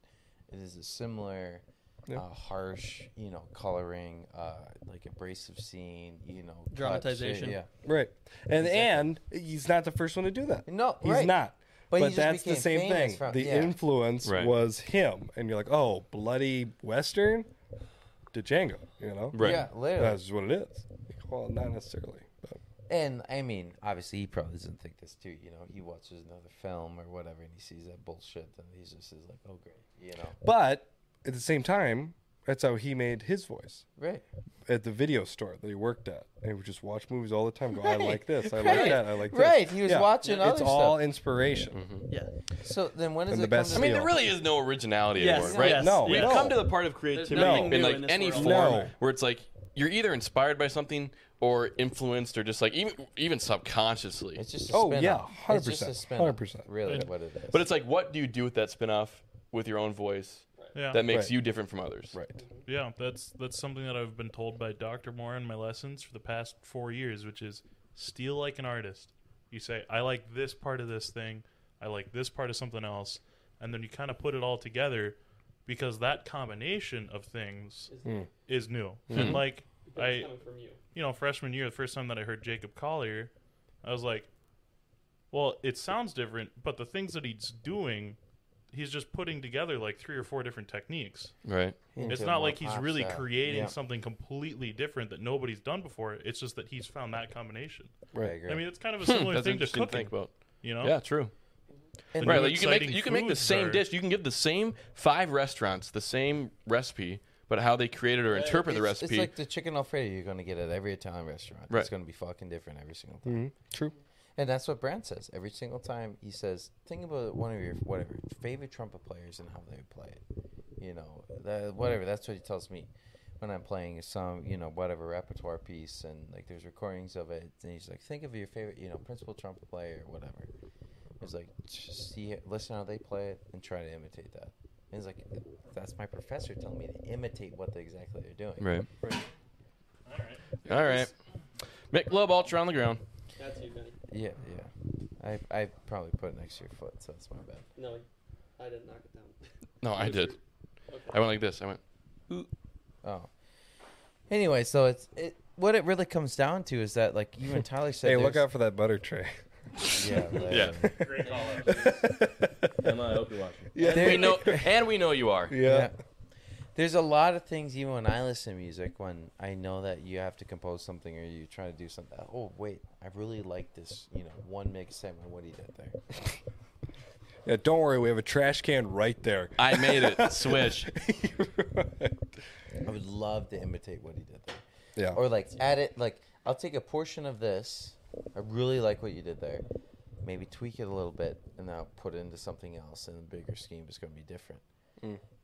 A: it is a similar,
B: Yeah.
A: uh, harsh, you know, coloring, uh, like abrasive scene, you know, cuts, yeah,
E: Dramatization.
A: Yeah,
B: right and and he's not the first one to do that
A: No,
B: he's
A: right.
B: not
A: But
B: but,
A: he just
B: that's the
A: became
B: same
A: famous
B: thing
A: from-
B: the
A: yeah.
B: influence
D: Right.
B: was him and you're like oh bloody western to django you know
D: Right.
A: yeah, literally.
B: that's what it is well not necessarily but
A: And I mean, obviously, he probably doesn't think this too. You know, he watches another film or whatever, and he sees that bullshit, and he just is like, "Oh, great," you know,
B: but at the same time that's how he made his voice
A: right?
B: at the video store that he worked at, and he would just watch movies all the time. Go, I like this, I like
A: right,
B: that, I like this.
A: right. He was watching
B: It's
A: other
B: all
A: stuff.
B: inspiration.
E: yeah.
A: So then, when does it
B: And the best
A: come to
D: I mean, there
B: Deal.
D: really is no originality
E: Yes,
D: anymore, right?
E: yes,
B: No,
D: We've
B: no.
D: come to the part of creativity
E: nothing
D: in
E: new
D: like
E: in this
D: any
E: world.
D: form
B: No.
D: where it's like you're either inspired by something or influenced or just like even even subconsciously.
A: It's just a
B: Oh,
A: spin
B: yeah,
A: off. It's just a
B: 100%,
A: spin off,
B: 100%.
A: Really, what it is.
D: But it's like, what do you do with that spinoff with your own voice?
C: Yeah.
D: that makes
B: Right.
D: you different from others.
B: Right.
C: Yeah, that's that's something that I've been told by Dr. Moore in my lessons for the past four years, which is steal like an artist. You say, I like this part of this thing, I like this part of something else, and then you kind of put it all together because that combination of things
A: Hmm.
B: Mm.
C: is new.
D: Mhm.
C: And like
E: But it's
C: I-
E: coming from you.
C: you know, freshman year, the first time that I heard Jacob Collier, I was like, well, it sounds different, but the things that he's doing, he's just putting together like three or four different techniques.
D: Right.
C: It's
A: Into
C: not
A: more
C: like he's
A: pop
C: really
A: style.
C: creating
A: Yeah.
C: something completely different that nobody's done before. It's just that he's found that combination.
A: I
B: Right.
A: agree.
C: I mean, it's kind of a similar
D: That's
C: thing to
D: interesting
C: cooking.
D: to think about.
C: You know,
D: Yeah, true.
A: And
C: Right,
D: Right,
C: new
D: like you can make
C: exciting
D: you can make the
C: foods
D: same
C: are-
D: dish. You can give the same five restaurants the same recipe, but how they created or interpret the
A: it's,
D: recipe.
A: it's like the chicken alfredo you're going to get at every Italian restaurant.
D: Right.
A: It's going to be fucking different every single time.
B: Mhm. True.
A: And that's what Brand says every single time. He says, "Think about one of your whatever favorite trumpet players and how they play it." You know, that, whatever. That's what he tells me when I'm playing some, you know, whatever repertoire piece, and like there's recordings of it. And he's like, "Think of your favorite, you know, principal trumpet player or whatever." It's like, just see, it, listen how they play it, and try to imitate that. And it's like, that's my professor telling me to imitate what they, exactly they're doing.
D: right.
C: All right.
D: All right. Mick Loeb Ultra on the ground.
E: That's you, Benny.
A: Yeah, yeah. I I probably put an extra foot, so that's my bad.
E: No, I didn't knock it down.
D: No, I did.
E: Okay.
D: I went like this. I went.
A: Oh. Anyway, so it's it. What it really comes down to is that, like you and Tyler said,
B: Hey, look
A: there's-
B: out for that butter tray.
A: Yeah, like,
D: Yeah.
C: Great call. out.
F: Emma, I hope you're watching.
B: yeah.
A: There-
D: We know, and we know you are.
A: yeah.
B: Yeah.
A: There's a lot of things even when I listen to music when I know that you have to compose something or you try to do something. Oh wait, I really like this. You know, one mix segment. What he did there.
B: Yeah, Don't worry, we have a trash can right there.
D: I made it. Switch.
A: I would love to imitate what he did there.
B: yeah.
A: or like add it like i'll take a portion of this i really like what you did there maybe tweak it a little bit and i'll put it into something else and the bigger scheme is going to be different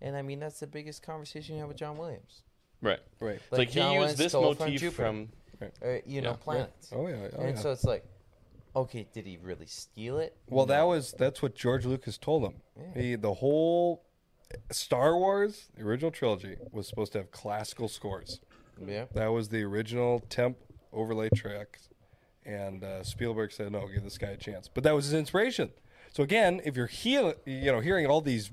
A: and i mean that's the biggest conversation you have with john williams
D: Right.
B: right.
D: Like, he
A: John
D: used
A: Williams
D: this
A: stole
D: motif from,
A: Jupiter, or, you know
D: Yeah.
A: planets
B: Oh yeah. Oh,
A: and
B: yeah.
A: so it's like okay did he really steal it
B: Well, that was that's what George Lucas told him. He the whole Star Wars, the original trilogy, was supposed to have classical scores.
A: yeah
B: That was the original temp overlay track, and uh, Spielberg said, "No, give this guy a chance." But that was his inspiration. So again, if you're heal, you know, hearing all these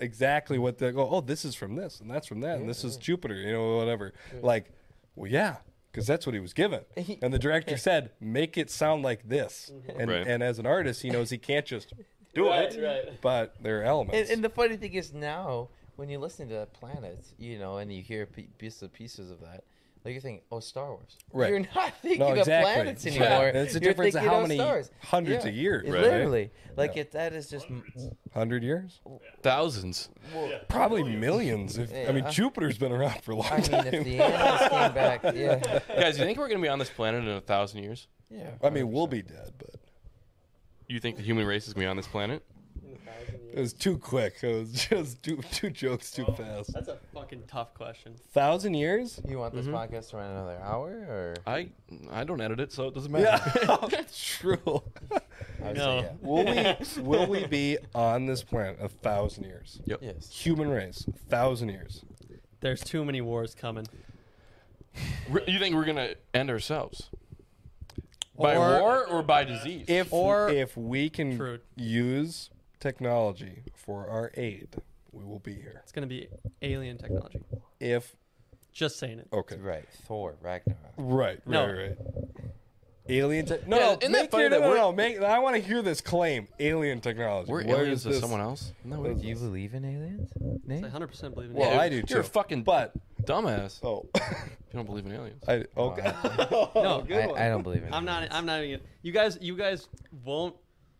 B: exactly what they go, oh, this is from this, and that's from that, and this
A: Mm-hmm.
B: is Jupiter, you know, whatever. Like, well, yeah, because that's what he was given, and the director said, "Make it sound like this."
A: Mm-hmm.
B: And
D: Right.
B: and as an artist, he knows he can't just do
E: Right,
B: it,
E: right.
B: but there are
A: and,
B: elements.
A: and the funny thing is now when you listen to planet you know and you hear pe- bits of pieces of that like you're thinking, oh, Star Wars.
B: Right.
A: You're not thinking
B: No, exactly.
A: of planets
B: Yeah.
A: anymore.
B: And it's a
A: You're
B: difference of
A: thinking
B: how
A: of
B: many
A: stars.
B: hundreds of years,
A: It
B: right?
A: Literally, like it, that is just.
B: Hundred years,
D: thousands.
A: Well,
B: probably millions. If I mean,
A: Yeah.
B: Jupiter's been around for a long
A: I mean,
B: time.
A: if the animals came back, yeah,
D: Guys, you think we're gonna be on this planet in a thousand years?
A: yeah.
B: I mean, we'll be dead, but
D: You think the human race is gonna be on this planet?
E: In a thousand
B: it
E: years.
B: was too quick. It was just two, two jokes too fast.
E: That's a fucking tough question.
B: Thousand years?
A: You want
B: mm-hmm.
A: this podcast to run another hour, or
D: I I don't edit it, so it doesn't matter.
B: Yeah, true.
A: I would say
E: No.
B: Will we will we be on this planet a thousand years?
D: Yep.
A: yeah. Yes.
B: Human race, a thousand years.
E: There's too many wars coming.
D: Re- You think we're gonna end ourselves by
E: Or-
D: war or by disease?
B: If
E: Or-
B: if we can
E: True.
B: use technology for our aid, we will be here.
E: It's gonna be alien technology.
B: If
E: Just saying it.
B: okay,
A: Right. Thor Ragnarok.
B: Right, right,
E: No.
B: right. Alien tech? No,
D: Yeah,
B: no,
D: isn't that
B: make
D: funny
B: your-
D: that
B: no, no,
D: we're-
B: no, make, I want to hear this claim: alien technology.
D: we're
B: Where
D: aliens
B: is
D: to
B: this?
D: someone else, isn't that
A: Do
D: weird?
A: you believe in aliens? Nate?
E: I 100% believe in
B: Well,
E: aliens.
B: I do too.
D: You're a fucking
B: But
D: dumbass. If
B: oh,
D: you don't believe in aliens.
B: I, okay.
E: No,
A: I, I don't believe in.
E: I'm not.
A: aliens.
E: I'm not even. You guys. You guys won't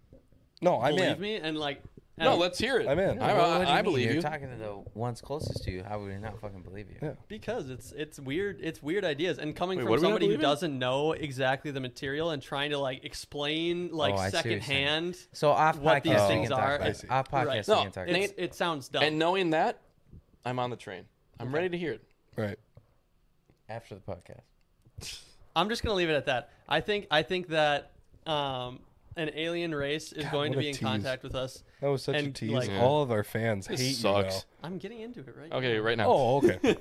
B: no, I'm
E: believe
B: in.
E: me, and like. and
D: No, let's hear it.
B: I'm in.
D: I,
A: Well, what do
D: I,
A: you
D: I
A: mean?
D: believe
A: You're
D: you.
A: talking to the ones closest to you. How would they not fucking believe you?
B: Yeah.
E: because it's it's weird. It's weird ideas, and coming
D: Wait,
E: from
D: what do we not
E: somebody who
D: believe in?
E: doesn't know exactly the material and trying to like explain like
A: Oh, I see what you're saying.
E: secondhand.
A: So off podcast,
E: What these
A: we
E: things
A: can talk
E: are-
A: about
E: I
A: it.
B: see.
A: Off podcast,
E: Right.
A: we
D: No,
A: can talk.
D: Nate,
A: about
E: It's, it sounds dumb.
D: And knowing that, I'm on the train. I'm ready to hear it.
B: Right.
A: it after the podcast.
E: I'm just gonna leave it at that. I think I think that um, an alien race is
B: God,
E: going to
B: what a
E: be in
B: tease.
E: contact with us.
B: That was such a
E: And,
B: tease.
E: like-
D: Yeah.
B: All of our fans
D: This
B: hate
D: sucks.
E: I'm getting into it right
D: Okay, right now.
B: Oh, okay.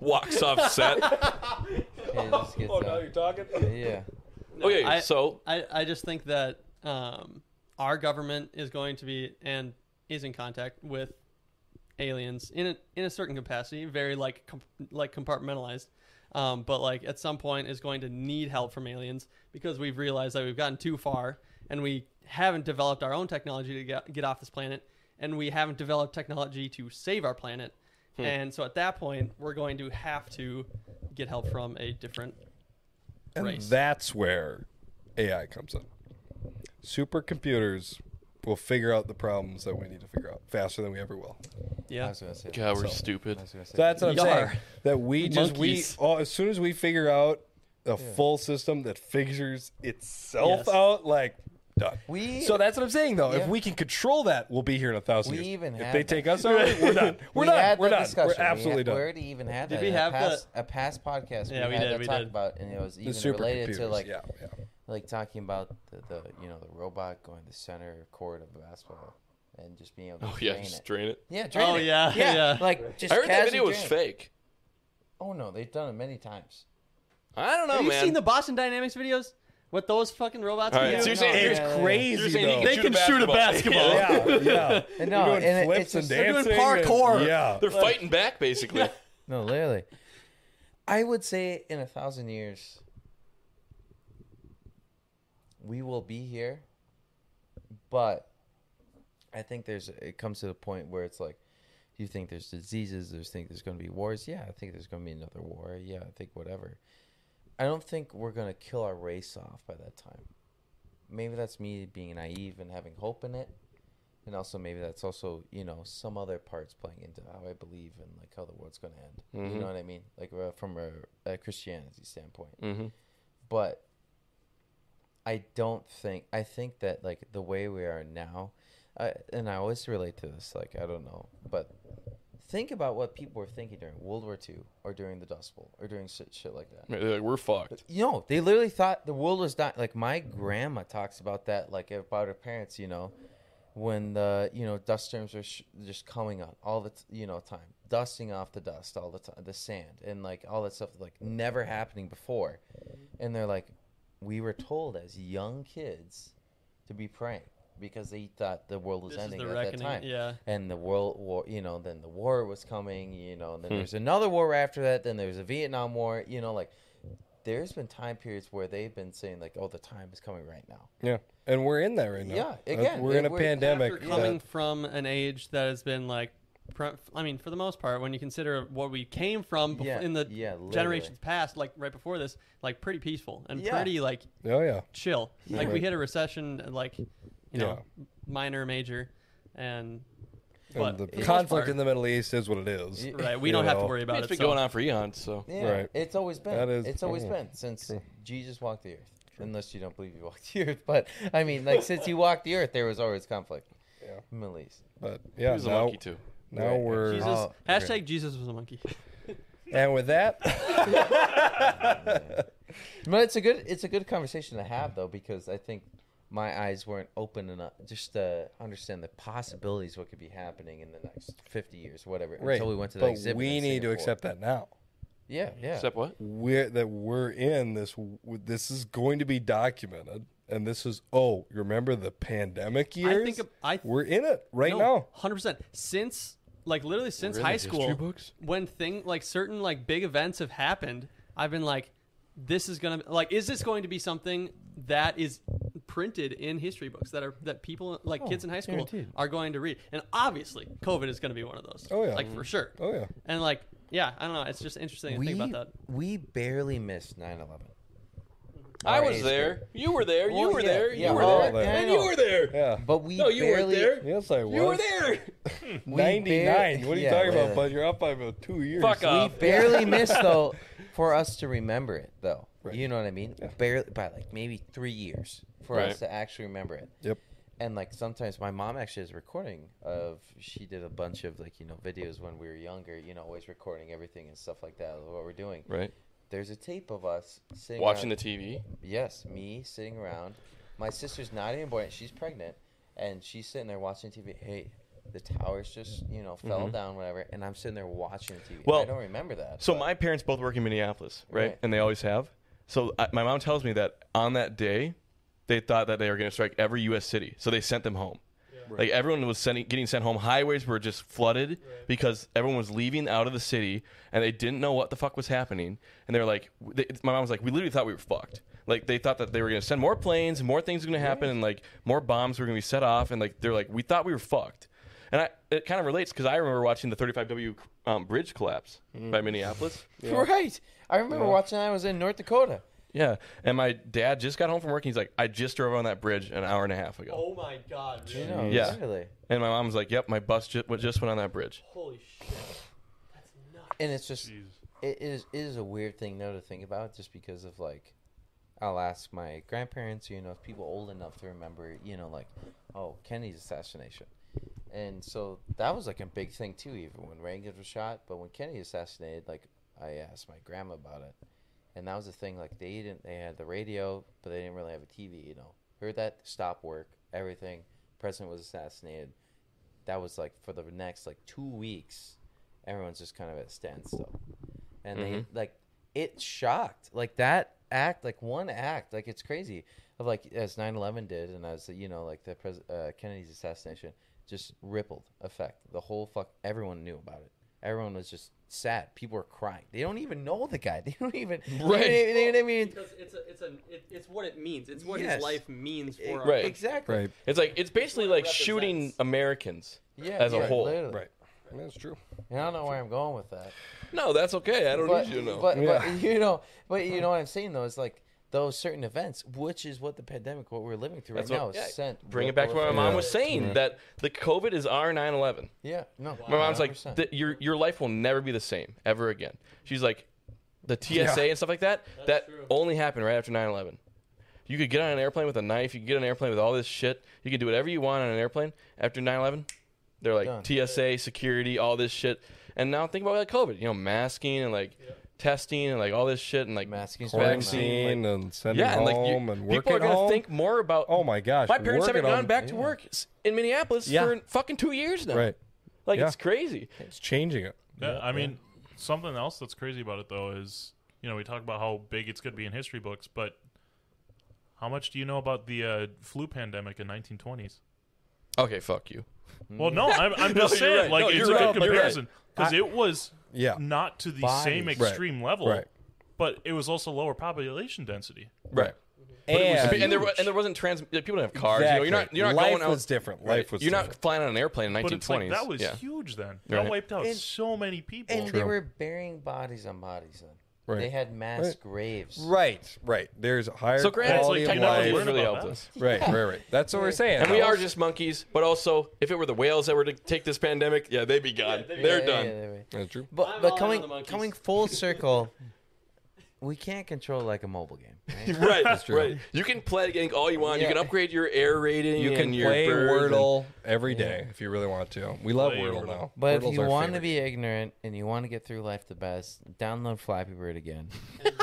D: Walks off set.
E: Oh,
A: Yeah, it just gets out.
F: talking?
A: Yeah.
D: okay,
E: I-
D: so
E: I, I just think that um, our government is going to be and is in contact with aliens in a, in a certain capacity, very like com- like compartmentalized. Um, but like at some point is going to need help from aliens because we've realized that we've gotten too far and we haven't developed our own technology to get, get off this planet and we haven't developed technology to save our planet. And so at that point, we're going to have to get help from a different
B: and
E: race.
B: that's where AI comes in. Supercomputers will figure out the problems that we need to figure out faster than we ever will.
A: I
E: yeah.
A: was gonna say. that.
D: God, we're
B: So-
D: stupid.
A: I was gonna say.
B: So that's
A: that.
B: what I'm
E: We
B: saying.
E: are.
B: That we just
E: Monkeys.
B: we oh, as soon as we figure out a full system that figures itself
E: Yes.
B: out, like done.
A: We-
B: so that's what I'm saying though.
A: Yeah.
B: If we can control that, we'll be here in a thousand
A: We
B: years.
A: even
B: if
A: had
B: they
A: that.
B: take us out, we're done. We're
A: we
B: done.
A: Had
B: We're
A: that
B: done.
A: discussion.
B: We're absolutely
A: we had,
B: done.
A: We already even had
E: Did
A: that
E: we
A: in a
E: have the-
A: past, a past podcast.
E: Yeah, we
A: had
E: did,
A: that
E: we
A: talk
E: did.
A: about, and it was
B: the
A: even related
B: supercomputers.
A: to like,
B: yeah, yeah.
A: like talking about the, the you know the robot going to the center court of the basketball and just being able to
D: Oh yeah,
A: drain
D: just
A: it.
D: drain it.
A: Yeah, drain
E: Oh,
A: it.
E: yeah,
A: yeah,
E: yeah.
A: Like just
D: I heard that
A: casually
D: video was
A: drain it.
D: fake.
A: Oh no, they've done it many times.
D: I don't know,
E: Have you
D: man.
E: seen the Boston Dynamics videos? What those fucking robots
D: All
E: can
D: right,
E: do?
D: so
A: no,
D: you're
A: no, no,
D: saying you're-
B: It's
A: no, no.
B: crazy.
D: you're saying
B: though.
D: he
E: They
D: can,
E: can shoot a basketball.
B: yeah, yeah.
A: And no,
B: They're doing
A: and it-
B: flips
A: it's
B: and
A: just-
E: They're
B: dancing.
E: doing parkour.
B: and- yeah.
D: They're fighting back basically.
A: No, literally. I would say in a thousand years, we will be here, but I think there's it comes to the point where it's like, you think there's diseases, there's think there's going to be wars. Yeah, I think there's going to be another war. Yeah, I think whatever. I don't think we're going to kill our race off by that time. Maybe that's me being naive and having hope in it and also maybe that's also you know some other parts playing into how I believe and like how the world's going to end. You know what I mean? Like uh, from a, a Christianity standpoint.
D: mm-hmm.
A: But I don't think I think that like the way we are now, I, and I always relate to this. Like I don't know, but think about what people were thinking during World War II or during the Dust Bowl or during shit, shit like that.
D: They're like, we're fucked.
A: You know, they literally thought the world was dying. Like my grandma talks about that, like about her parents. You know, when the you know dust storms are sh- just coming on all the t- you know time, dusting off the dust all the time, the sand and like all that stuff like never happening before, and they're like, we were told as young kids to be praying because they thought the world was
E: This is
A: ending
E: the
A: at
E: reckoning,
A: that time
E: yeah.
A: and the world war you know then the war was coming you know and
B: Hmm.
A: then there's another war after that then there's a vietnam war you know like there's been time periods where they've been saying like oh the time is coming right now
B: Yeah, and we're in that right now.
A: Yeah,
B: Uh,
A: again,
B: we're in a
A: we're-
B: pandemic. uh,
E: After coming
B: that-
E: from an age that has been like, pre- I mean, for the most part, when you consider what we came from befo-
A: Yeah,
E: in the
A: yeah, literally.
E: generations past, like right before this, like pretty peaceful and
A: Yeah.
E: pretty like
B: oh yeah,
E: chill. Like we
B: Right.
E: hit a recession, and, like you know, minor, major, and but
B: and the
E: for the most
B: conflict
E: part-
B: in the Middle East is what it is.
A: Yeah.
E: right, we
B: you
E: don't have to
B: know,
E: worry about
D: It's
E: it.
D: been
E: so-
D: going on for eons, so
A: yeah
B: Right.
A: it's always been
B: That is-
A: it's always
B: mhm.
A: been since jesus walked the earth unless you don't believe he walked the earth but i mean like since he walked the earth there was always conflict
B: Yeah.
A: in the middle east
B: But yeah,
D: he was a
B: now,
D: monkey too.
B: now
A: Right.
B: we're
E: Jesus,
A: Oh,
E: hashtag Jesus was a monkey.
B: and with that,
A: But it's a good it's a good conversation to have though because I think my eyes weren't open enough just to understand the possibilities what could be happening in the next fifty years, whatever.
B: right,
A: Until we went to the
B: but
A: exhibit.
B: we
A: in
B: need to
A: Singapore.
B: accept that now.
A: Yeah, yeah.
D: Except what?
B: We're that we're in this. w- This is going to be documented, and this is oh, you remember the pandemic years?
E: I think ab- I
B: we're in it right now.
E: Hundred percent. Since like
A: Oh,
E: literally since
D: We're in
E: high
D: the
E: school,
D: history books?
E: when thing like certain like big events have happened, I've been like, this is gonna like, is this going to be something that is printed in history books that are that people like kids in high school
A: Oh, guaranteed.
E: are going to read? And obviously, COVID is going to be one of those.
B: Oh, yeah.
E: like
A: Mm-hmm.
E: for sure.
B: Oh yeah,
E: And like, yeah, I don't know. It's just interesting to
A: We
E: think about that.
A: we barely missed 9-11.
D: I
A: Our
D: was
A: age
D: there. You were there. You
A: Well,
D: were
A: yeah,
D: there.
A: yeah,
D: You were
A: all
D: there.
B: that.
D: And
A: I
D: you
A: know.
D: were there.
B: yeah.
A: group. But we
D: No, you
A: barely
D: weren't there.
B: yes, I was.
D: You were there.
A: we bar-
B: Ninety nine. What are you
A: yeah,
B: talking
A: literally.
B: about, bud? You're up by about two years.
D: Fuck
A: We
D: off.
A: barely missed though for us to remember it though.
B: Right.
A: You know what I mean? Barely by like maybe three years for
D: Right.
A: us to actually remember it.
B: Yep.
A: and like sometimes my mom actually has recording of she did a bunch of like you know videos when we were younger you know always recording everything and stuff like that of what we're doing
D: Right.
A: There's a tape of us sitting
D: Watching
A: around-
D: the TV.
A: Yes, me sitting around. My sister's not even born. She's pregnant, and she's sitting there watching TV. Hey, the towers just you know fell down, whatever. And I'm sitting there watching the TV.
D: Mm-hmm. Well,
A: I don't remember that.
D: So
A: but-
D: my parents both work in Minneapolis, right?
A: Right.
D: And they always have. So I, my mom tells me that on that day, they thought that they were going to strike every U.S. city, so they sent them home. Like everyone was sending, getting sent home. Highways were just flooded because everyone was leaving out of the city, and they didn't know what the fuck was happening. And they were like, they, my mom was like, we literally thought we were fucked. Like they thought that they were going to send more planes, more things were going to happen, and like more bombs were going to be set off. And like they're like, we thought we were fucked. And I, it kind of relates because I remember watching the 35W um, bridge collapse by Minneapolis.
A: right. I remember watching. that. I was in North Dakota.
D: Yeah, and my dad just got home from work. And he's like, I just drove on that bridge an hour and a half ago.
E: Oh my god, really?
A: You know,
D: Yeah.
A: really.
D: And my mom was like, Yep, my bus just, just went on that bridge.
E: Holy shit. That's nuts.
A: And it's just
C: Jeez.
A: it is it is a weird thing though to think about just because of like I'll ask my grandparents, you know, if people old enough to remember, you know, like, oh, Kennedy's assassination. And so that was like a big thing too, even when Reagan was shot. But when Kennedy assassinated, like I asked my grandma about it. And that was the thing, like they didn't they had the radio, but they didn't really have a TV, you know. Heard that, stop work, everything. President was assassinated. That was like for the next like two weeks, everyone's just kind of at standstill and they like it shocked like that act like one act like it's crazy of like as 9-11 did and as you know like the pres- uh, kennedy's assassination just rippled effect the whole fuck everyone knew about it everyone was just sad people were crying they don't even know the guy they don't even right they, they, they, I mean
E: Because it's a, it's a, it, it's what it means. It's what
A: Yes.
E: his life means for
D: Right.
E: our
A: exactly
B: Right.
D: It's like it's basically like
E: Represents.
D: shooting Americans
A: yeah
D: as a
A: yeah,
D: whole.
A: literally.
B: Right. That's true.
A: And i don't know where i'm going with that
D: No, that's okay. I don't need you to know.
A: But,
B: Yeah.
A: but you know, but you know what I'm saying though is like those certain events, which is what the pandemic, what we're living through
D: That's
A: right
D: what-
A: now,
D: yeah.
A: is sent.
D: Bring it back to what my
A: ripple
D: mom
A: effect.
D: was saying that the COVID is our 9/11.
A: Yeah, no.
D: My mom's like,
A: 100%.
D: "Th- your your life will never be the same ever again. She's like, the TSA and stuff like that. that
E: true.
D: only happened right after 9/11. You could get on an airplane with a knife. You could get on an airplane with all this shit. You could do whatever you want on an airplane after 9/11. They're like
A: Done.
D: TSA security, all this shit. And now think about like COVID. You know, masking and like testing and like all this shit and like
A: Masking's bad, man.
B: Vaccine and sending
D: Yeah, and like you-
B: home and working
D: people are gonna
B: home.
D: think more about.
B: Oh my gosh,
D: My parents
B: work
D: haven't
B: at
D: gone
B: home.
D: back to work s- in Minneapolis
B: Yeah.
D: for fucking two years now.
B: Right.
D: Like
B: Yeah.
D: it's crazy.
B: It's changing it.
C: Yeah, I mean, something else that's crazy about it though is you know we talk about how big it's going to be in history books, but how much do you know about the uh, flu pandemic in 1920s?
D: Okay, fuck you.
C: Well, no, I'm, I'm
D: Hmm. No, you're
C: just saying
D: right.
C: like
D: No,
C: it's
D: you're
C: a
D: right. You're
C: good
D: right.
C: comparison because it was
B: Yeah.
C: not to the same
A: Bodies.
B: Right.
C: extreme level,
B: Right.
C: but it was also lower population density.
B: Right.
D: And,
B: And-
D: there wa- and there wasn't trans. like, people didn't have cars. You know, you're not. You're not
B: Life
D: going out.
B: was different.
D: right?
B: Life was
D: You're
B: different.
D: not flying on an airplane in
C: But
D: 1920s.
C: it's like that was
D: yeah.
C: huge then.
D: Right.
C: That wiped out
A: And-
C: so many people.
A: and they
B: True.
A: were burying bodies on bodies. Then
B: Right.
A: they had mass
B: Right.
A: graves.
B: Right. Right. There's higher
D: So granted,
B: quality
D: like
B: of
D: technology
B: life.
C: learn
D: really
C: about
D: helped
C: that.
D: us.
B: Right. Right. Right. That's what we're saying.
D: And we are just monkeys, but also, if it were the whales that were to take this pandemic, yeah, they'd be gone.
E: they'd be
D: They're
A: Yeah,
D: done.
A: yeah, they were.
B: That's true.
E: I'm
A: But
E: all in
A: but
E: on
A: coming
E: the monkeys.
A: coming full circle, we can't control like a mobile game. Right?
D: Right, right. You can play the game all you want. You
A: Yeah.
D: can upgrade your air rating.
B: You can
D: and your
B: play
D: birds and-
B: Wordle every day if you really want to. We love
C: Play
B: Wordle,
C: Wordle.
B: now.
A: But
B: Wordle's
A: if you
B: our
A: want to
B: favorite.
A: be ignorant and you want to get through life the best, download Flappy Bird again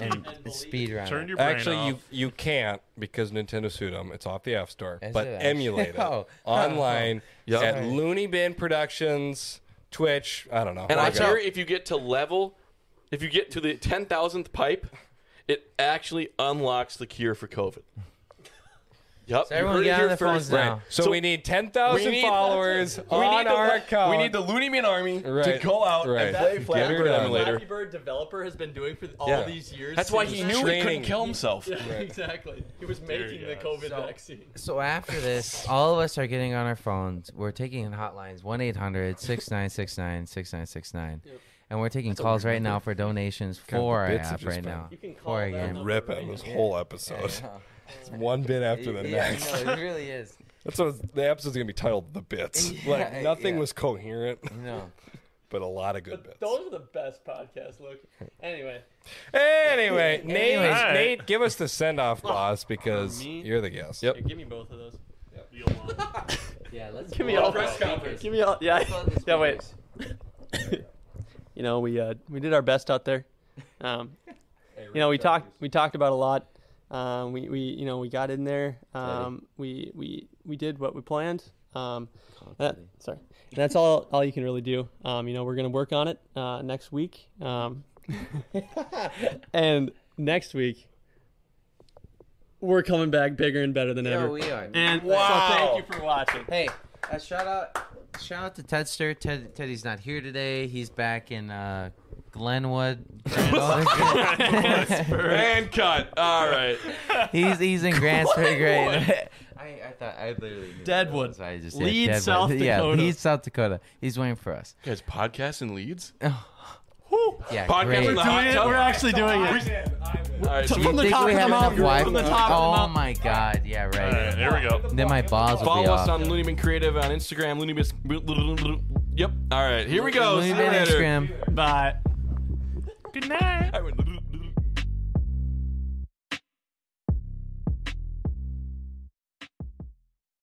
A: and,
E: believe it.
A: speed run.
C: Turn your brain
B: Actually,
C: off.
B: you you can't because Nintendo sued 'em. It's off the App Store.
A: Is
B: but
A: it actually?
B: emulate it
A: Oh.
B: online
D: Yeah.
B: at
A: Sorry.
B: Looney Bin Productions, Twitch. I don't know.
D: And I
B: Log out.
D: hear if you get to level, if you get to the 10,000th pipe, it actually unlocks the cure for COVID. Yep. you
A: everyone
D: heard it
A: get on
D: here
A: their
D: first.
A: phones now.
B: So,
D: So
B: we need
D: we
B: 10,000
D: need-
B: followers
D: We
B: on
D: need the
B: our
D: lo-
B: account.
D: We need the Looney Bin Army
B: Right.
D: to go out
B: Right.
D: and play
B: Get
D: Flappy
B: her
D: Bird
B: done.
D: emulator.
E: Flappy Bird developer has been doing for all
D: Yeah.
E: these years.
D: That's why
E: was-
D: he knew he couldn't
B: Training.
D: kill himself.
E: Yeah, exactly. He was
C: There
E: making
C: you
E: the
C: go.
E: COVID vaccine.
A: So after this, all of us are getting on our phones. We're taking hotlines 1-800-6969-6969. And we're taking calls right now for donations for our
B: bits have
A: app
B: just
A: right
B: been-
A: now.
E: You can call
A: For our
E: that
A: game.
E: number.
B: ripping this whole episode. It's one bit after the
A: Yeah,
B: next.
A: no, it really is.
B: That's what it's- the episode's gonna be titled "The Bits."
A: Yeah,
B: like nothing
A: yeah.
B: was coherent,
A: No.
B: but a lot of good bits.
E: Those are the best podcasts. Look. Anyway,
B: Anyway, Nate,
A: Anyways.
C: All right.
B: Nate, give us the send-off, boss, because
E: me?
B: you're the guest.
D: Yep.
E: here, give me both of those.
A: Yeah, let's
E: Give me all press conference. Give me all. Yeah. Yeah. Wait. you know, we uh, we did our best out there. Um, you know, we talked we talked about a lot. Um, we, we you know we got in there. Um, we we we did what we planned. Um, that- sorry, and that's all all you can really do. Um, you know, we're gonna work on it uh, next week. Um, and next week, we're coming back bigger and better than
A: Yeah,
E: ever.
A: we are.
E: and so thank you for watching.
A: Hey, uh, shout out, shout out to Tedster. Ted, Teddy's not here today. He's back in uh, Glenwood.
D: and cut. All right.
A: he's he's in Grants Ferry. Great. I, I thought I literally knew
E: Deadwood.
A: what it was. I just
E: Lead,
A: Deadwood.
E: South
A: Yeah,
E: Dakota.
A: he's South Dakota. He's waiting for us.
D: Guys, podcasts and leads.
A: Yeah,
D: Podcast
A: great.
D: in the
A: Do
D: hot
E: Dude,
D: tub.
E: we're actually doing it.
D: All right, so
E: From the
A: you think
E: top
A: we
E: of the
A: have enough
E: mountain.
A: Wi-Fi?
E: From the top of the
A: oh
E: mountain.
A: my God! Yeah,
C: All
A: right.
C: right, here we go.
A: Then my balls will be
D: follow us
A: off.
D: on Looneyman Creative on Instagram. Looneyman. Yep. All right. Here we go. See you
A: Looney Bin
D: later.
A: Instagram.
E: Bye.
C: Good night.
D: I would